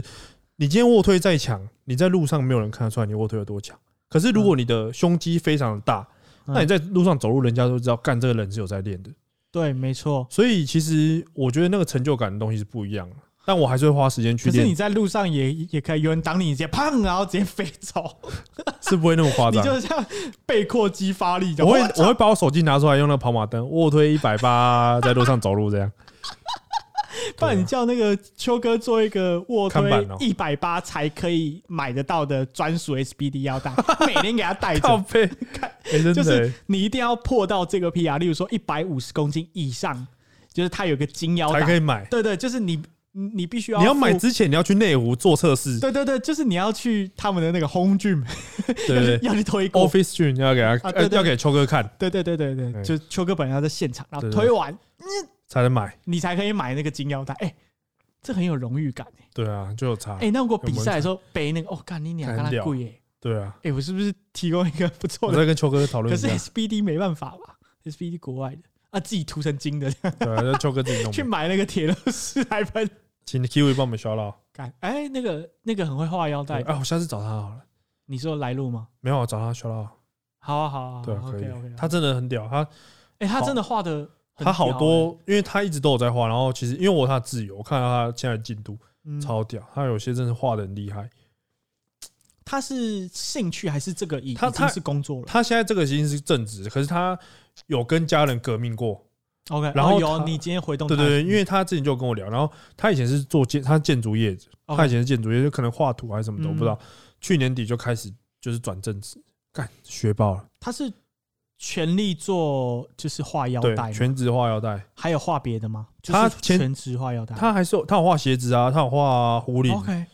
[SPEAKER 1] 你今天卧推再强，你在路上没有人看得出来你卧推有多强。可是如果你的胸肌非常的大，
[SPEAKER 2] 嗯
[SPEAKER 1] 那你在路上走路，人家都知道，干这个人是有在练的。
[SPEAKER 2] 对，没错，
[SPEAKER 1] 所以其实我觉得那个成就感的东西是不一样的。但我还是会花时间去
[SPEAKER 2] 可是
[SPEAKER 1] 练
[SPEAKER 2] 你，在路上也也可以有人挡你，你直接砰，然后直接飞走，
[SPEAKER 1] 是不会那么夸
[SPEAKER 2] 你
[SPEAKER 1] 张。
[SPEAKER 2] 就像被扩激发力这样。
[SPEAKER 1] 我会
[SPEAKER 2] 哇操
[SPEAKER 1] 我会把我手机拿出来，用那个跑马灯卧推一百八，在路上走路这样。
[SPEAKER 2] 不然你叫那个秋哥做一个卧推
[SPEAKER 1] 啊看板哦
[SPEAKER 2] 一百八才可以买得到的专属 SBD
[SPEAKER 1] [LAUGHS]
[SPEAKER 2] 腰带，每天给他带
[SPEAKER 1] 靠
[SPEAKER 2] 着。
[SPEAKER 1] 背，哎真
[SPEAKER 2] 就
[SPEAKER 1] 的
[SPEAKER 2] 是
[SPEAKER 1] 欸
[SPEAKER 2] 你一定要破到这个 PR，例如说一百五十公斤以上，就是它有个金腰
[SPEAKER 1] 才可
[SPEAKER 2] 带
[SPEAKER 1] 以。买。
[SPEAKER 2] 对对，就是你你你必须要
[SPEAKER 1] 你要买
[SPEAKER 2] 付
[SPEAKER 1] 之前，你要去内湖做测试，
[SPEAKER 2] 对对对，就是你要去他们的那个 home gym，
[SPEAKER 1] 对不对
[SPEAKER 2] 要去推过。
[SPEAKER 1] ？Office Gym 要给他，
[SPEAKER 2] 哦啊对
[SPEAKER 1] 呃
[SPEAKER 2] 对
[SPEAKER 1] 要给秋哥看
[SPEAKER 2] 对对对对对，
[SPEAKER 1] 对
[SPEAKER 2] 就秋哥本人要在现场，然后
[SPEAKER 1] 对对
[SPEAKER 2] 推完
[SPEAKER 1] 才能买。
[SPEAKER 2] 你才可以买那个金腰带。哎，这很有荣誉感哎。
[SPEAKER 1] 对啊，就有差。
[SPEAKER 2] 哎，那如果比赛的时候背那个，哦，干你娘，
[SPEAKER 1] 干
[SPEAKER 2] 跟他
[SPEAKER 1] 掉
[SPEAKER 2] 贵哎。
[SPEAKER 1] 对啊，
[SPEAKER 2] 哎，我是不是提供一个不错
[SPEAKER 1] 我
[SPEAKER 2] 的？
[SPEAKER 1] 再跟秋哥讨论一
[SPEAKER 2] 可是
[SPEAKER 1] 下。
[SPEAKER 2] SBD 没办法吧？SBD 国外的啊，自己涂成金的，
[SPEAKER 1] 对
[SPEAKER 2] [LAUGHS]
[SPEAKER 1] 啊，让秋哥自己弄
[SPEAKER 2] 去
[SPEAKER 1] 吧。
[SPEAKER 2] 买那个铁乐士来喷。
[SPEAKER 1] 请 Kiwi 帮我们销了。
[SPEAKER 2] 干哎，那个那个很会画腰带，
[SPEAKER 1] 哎，我下次找他好了。
[SPEAKER 2] 你说来路吗？
[SPEAKER 1] 没有，啊我找他销了。
[SPEAKER 2] 好啊好啊，
[SPEAKER 1] 对啊，可
[SPEAKER 2] OK
[SPEAKER 1] 以
[SPEAKER 2] OK。。
[SPEAKER 1] 他真的很屌，他
[SPEAKER 2] 哎，他
[SPEAKER 1] 好
[SPEAKER 2] 真的画的
[SPEAKER 1] 他好
[SPEAKER 2] 欸
[SPEAKER 1] 多，因为他一直都有在画。然后其实因为我有他的自由，我看到他现在的进度
[SPEAKER 2] 嗯
[SPEAKER 1] 超屌，他有些真的画的很厉害。
[SPEAKER 2] 他是兴趣还是这个已
[SPEAKER 1] 他
[SPEAKER 2] 已经
[SPEAKER 1] 他
[SPEAKER 2] 是工作了
[SPEAKER 1] 他现在这个已经是正职，可是他有跟家人革命过。
[SPEAKER 2] ？OK，
[SPEAKER 1] 然后
[SPEAKER 2] 哦有
[SPEAKER 1] 他
[SPEAKER 2] 你今天回动
[SPEAKER 1] 对
[SPEAKER 2] 态，
[SPEAKER 1] 对对，因为他之前就有跟我聊，然后他以前是做建，他建筑业，
[SPEAKER 2] OK
[SPEAKER 1] 他以前是建筑业，就可能画图还是什么的，
[SPEAKER 2] 哦嗯
[SPEAKER 1] 我不知道。去年底就开始就是转正职，干学爆了，
[SPEAKER 2] 他是全力做就是画腰带
[SPEAKER 1] 对，
[SPEAKER 2] 吗，
[SPEAKER 1] 全职画腰带。
[SPEAKER 2] 还有画别的吗？就是
[SPEAKER 1] 他前
[SPEAKER 2] 全职画腰带，
[SPEAKER 1] 他还是有他有画鞋子啊，他有画狐狸，
[SPEAKER 2] 哦 OK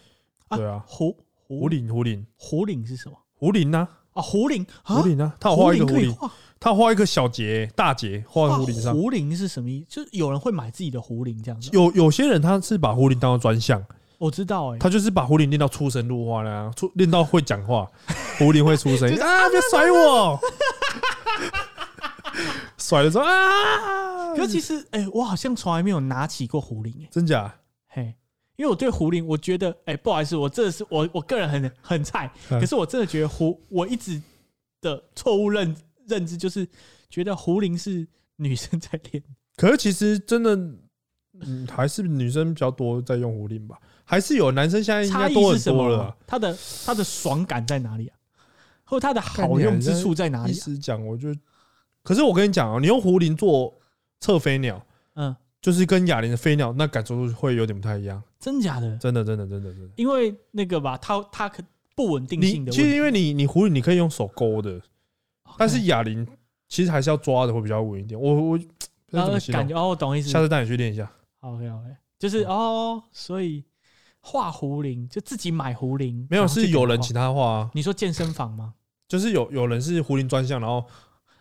[SPEAKER 2] 啊
[SPEAKER 1] 对啊，
[SPEAKER 2] 狐狐
[SPEAKER 1] 狐狸狐狸
[SPEAKER 2] 狐狸是什么
[SPEAKER 1] 狐狸呢？
[SPEAKER 2] 啊？狐狸
[SPEAKER 1] 狐
[SPEAKER 2] 啊，
[SPEAKER 1] 狸啊，他有画一个
[SPEAKER 2] 狐
[SPEAKER 1] 狐
[SPEAKER 2] 狸可以
[SPEAKER 1] 狸，
[SPEAKER 2] 画
[SPEAKER 1] 他有画一个小节大节画在
[SPEAKER 2] 画
[SPEAKER 1] 狐狸上。
[SPEAKER 2] 狐狸是什么意思？就是有人会买自己的狐狸这样子。
[SPEAKER 1] 有有些人他是把狐狸当做专项，
[SPEAKER 2] 我知道哎，
[SPEAKER 1] 他就是把狐狸练到出神入化啦、出练到会讲
[SPEAKER 2] [LAUGHS]
[SPEAKER 1] 话，狐狸会出声音
[SPEAKER 2] 就是
[SPEAKER 1] 啊！别甩
[SPEAKER 2] [LAUGHS]
[SPEAKER 1] 我！甩的时候啊，
[SPEAKER 2] 可其实哎、我好像从来没有拿起过狐狸哎、
[SPEAKER 1] 真假？
[SPEAKER 2] 嘿，因为我对狐狸，我觉得哎、不好意思，我这是我我个人很很菜，
[SPEAKER 1] 嗯
[SPEAKER 2] 可是我真的觉得狐，我一直的错误认认知就是觉得狐狸是女生在练，
[SPEAKER 1] 可是其实真的，嗯，还是女生比较多在用狐狸吧，还是有男生现在应
[SPEAKER 2] 差
[SPEAKER 1] 该
[SPEAKER 2] 异
[SPEAKER 1] 多
[SPEAKER 2] 是
[SPEAKER 1] 很
[SPEAKER 2] 什
[SPEAKER 1] 多
[SPEAKER 2] 么
[SPEAKER 1] 了
[SPEAKER 2] 啊？。它的它的爽感在哪里啊？或者它的
[SPEAKER 1] 干
[SPEAKER 2] 好
[SPEAKER 1] 你啊
[SPEAKER 2] 用
[SPEAKER 1] 你
[SPEAKER 2] 之
[SPEAKER 1] 在
[SPEAKER 2] 处在哪
[SPEAKER 1] 医
[SPEAKER 2] 里、啊？
[SPEAKER 1] 师讲，我就，可是我跟你讲啊，你用狐狸做测飞鸟，
[SPEAKER 2] 嗯，
[SPEAKER 1] 就是跟哑铃的飞鸟那感受会有点不太一样，
[SPEAKER 2] 真假的？
[SPEAKER 1] 真的，真的，真的，真的。
[SPEAKER 2] 因为那个吧，它它可不稳定性
[SPEAKER 1] 你
[SPEAKER 2] 的
[SPEAKER 1] 其实
[SPEAKER 2] 问题，
[SPEAKER 1] 因为你你狐狸你可以用手勾的，但
[SPEAKER 2] 嗯
[SPEAKER 1] 是哑铃其实还是要抓的会比较稳一点。我我不知
[SPEAKER 2] 然
[SPEAKER 1] 道怎
[SPEAKER 2] 后
[SPEAKER 1] 么形
[SPEAKER 2] 感
[SPEAKER 1] 容，
[SPEAKER 2] 觉哦，我懂意思。
[SPEAKER 1] 下次带你去练一下。
[SPEAKER 2] OK OK，就是
[SPEAKER 1] 嗯
[SPEAKER 2] 哦，所以画狐狸就自己买狐狸，
[SPEAKER 1] 没有
[SPEAKER 2] 然后就给
[SPEAKER 1] 是有人
[SPEAKER 2] 画
[SPEAKER 1] 请他画啊，
[SPEAKER 2] 你说健身房吗？
[SPEAKER 1] 就是有有人是狐狸专项，然后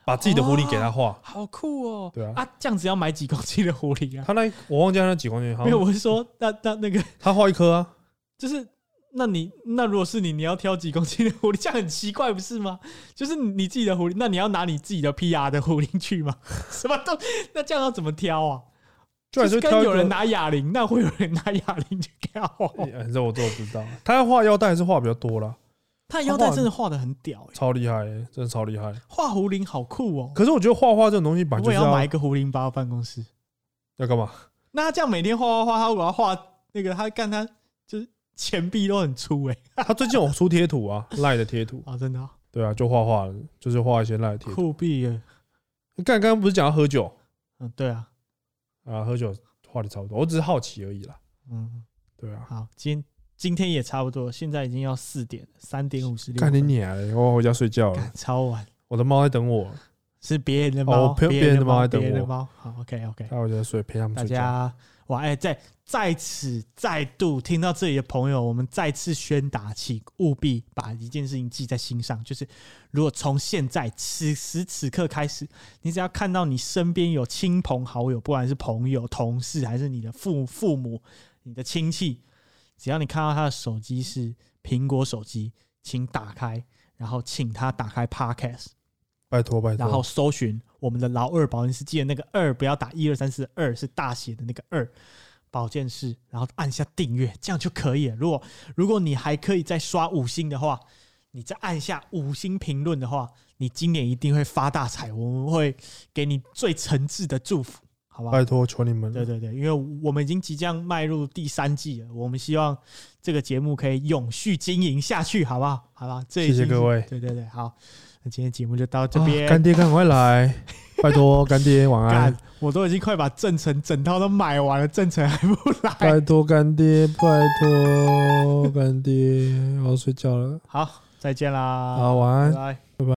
[SPEAKER 1] 把自己的狐狸给他画。
[SPEAKER 2] 好酷哦！
[SPEAKER 1] 对啊
[SPEAKER 2] 啊，这样子要买几公斤的狐狸啊？
[SPEAKER 1] 他那我忘记他那几公斤，好
[SPEAKER 2] 没有，
[SPEAKER 1] 像
[SPEAKER 2] 我是说，那那那个
[SPEAKER 1] 他画一颗啊，
[SPEAKER 2] 就是，那你那如果是你，你要挑几公斤的狐狸，这样很奇怪，不是吗？就是你自己的狐狸，那你要拿你自己的 PR 的狐狸去吗？ [LAUGHS] 什么都，那这样要怎么挑啊？
[SPEAKER 1] 就还
[SPEAKER 2] 是
[SPEAKER 1] 是
[SPEAKER 2] 跟
[SPEAKER 1] 挑一
[SPEAKER 2] 有
[SPEAKER 1] 个
[SPEAKER 2] 人。拿哑铃，那会有人拿哑铃去挑哦、
[SPEAKER 1] 哎这我这我不知道，他画腰带还是画比较多啦，
[SPEAKER 2] 他的腰带真的画的很屌、欸，
[SPEAKER 1] 超厉害欸，真的超厉害。
[SPEAKER 2] 画狐狸好酷哦、
[SPEAKER 1] 可是我觉得画画这种东西本来就
[SPEAKER 2] 我
[SPEAKER 1] 是
[SPEAKER 2] 也要买
[SPEAKER 1] 要
[SPEAKER 2] 一个狐狸包办公室。
[SPEAKER 1] 要干嘛？
[SPEAKER 2] 那他这样每天画画画，他如果要画那个，他干他就是钱币都很粗哎、
[SPEAKER 1] 他最近有出贴图啊，赖的贴图，
[SPEAKER 2] 啊，真的啊、
[SPEAKER 1] 对啊，就画画了，就是画一些赖的贴图。
[SPEAKER 2] 酷毙了。
[SPEAKER 1] 干刚刚不是讲要喝酒？
[SPEAKER 2] 嗯，对啊，
[SPEAKER 1] 啊，喝酒话题差不多，我只是好奇而已啦。
[SPEAKER 2] 嗯，
[SPEAKER 1] 对啊，
[SPEAKER 2] 好，今今天也差不多，现在已经要四点三点五十六，
[SPEAKER 1] 干你娘嘞！我要回家睡觉了
[SPEAKER 2] 干，超晚，
[SPEAKER 1] 我的猫在等我，
[SPEAKER 2] 是别人的
[SPEAKER 1] 哦
[SPEAKER 2] 猫，
[SPEAKER 1] 朋友别人的猫在等
[SPEAKER 2] 别人的
[SPEAKER 1] 我
[SPEAKER 2] 猫。好，OK OK，
[SPEAKER 1] 它回家睡，陪它们
[SPEAKER 2] 大
[SPEAKER 1] 睡觉。
[SPEAKER 2] 家哇，哎、在在此再度听到这里的朋友，我们再次宣达，请务必把一件事情记在心上，就是如果从现在此时此刻开始，你只要看到你身边有亲朋好友，不管是朋友、同事，还是你的父父母、你的亲戚，只要你看到他的手机是苹果手机，请打开，然后请他打开 Podcast。
[SPEAKER 1] 拜托拜
[SPEAKER 2] 然后
[SPEAKER 1] 托，
[SPEAKER 2] 搜寻我们的老二保健室，记得那个二不要打一二三四二是大写的那个二保健室，然后按下订阅，这样就可以了。如果如果你还可以再刷五星的话，你再按下五星评论的话，你今年一定会发大财，我们会给你最诚挚的祝福。好不好？
[SPEAKER 1] 拜托求你们
[SPEAKER 2] 对
[SPEAKER 1] 了。
[SPEAKER 2] 对对，因为我们已经即将迈入第三季了，我们希望这个节目可以永续经营下去，好不好？好吧，这已
[SPEAKER 1] 谢谢
[SPEAKER 2] 经是
[SPEAKER 1] 各位
[SPEAKER 2] 对对对，好，那今天节目就到这边。
[SPEAKER 1] 啊干爹赶快来，
[SPEAKER 2] [LAUGHS]
[SPEAKER 1] 拜托干爹晚安
[SPEAKER 2] 干，，我都已经快把正成整套都买完了，正成还不来。
[SPEAKER 1] 拜托干爹，拜托干爹，我要睡觉了。
[SPEAKER 2] 好，再见啦，
[SPEAKER 1] 好，晚安
[SPEAKER 2] 拜。拜。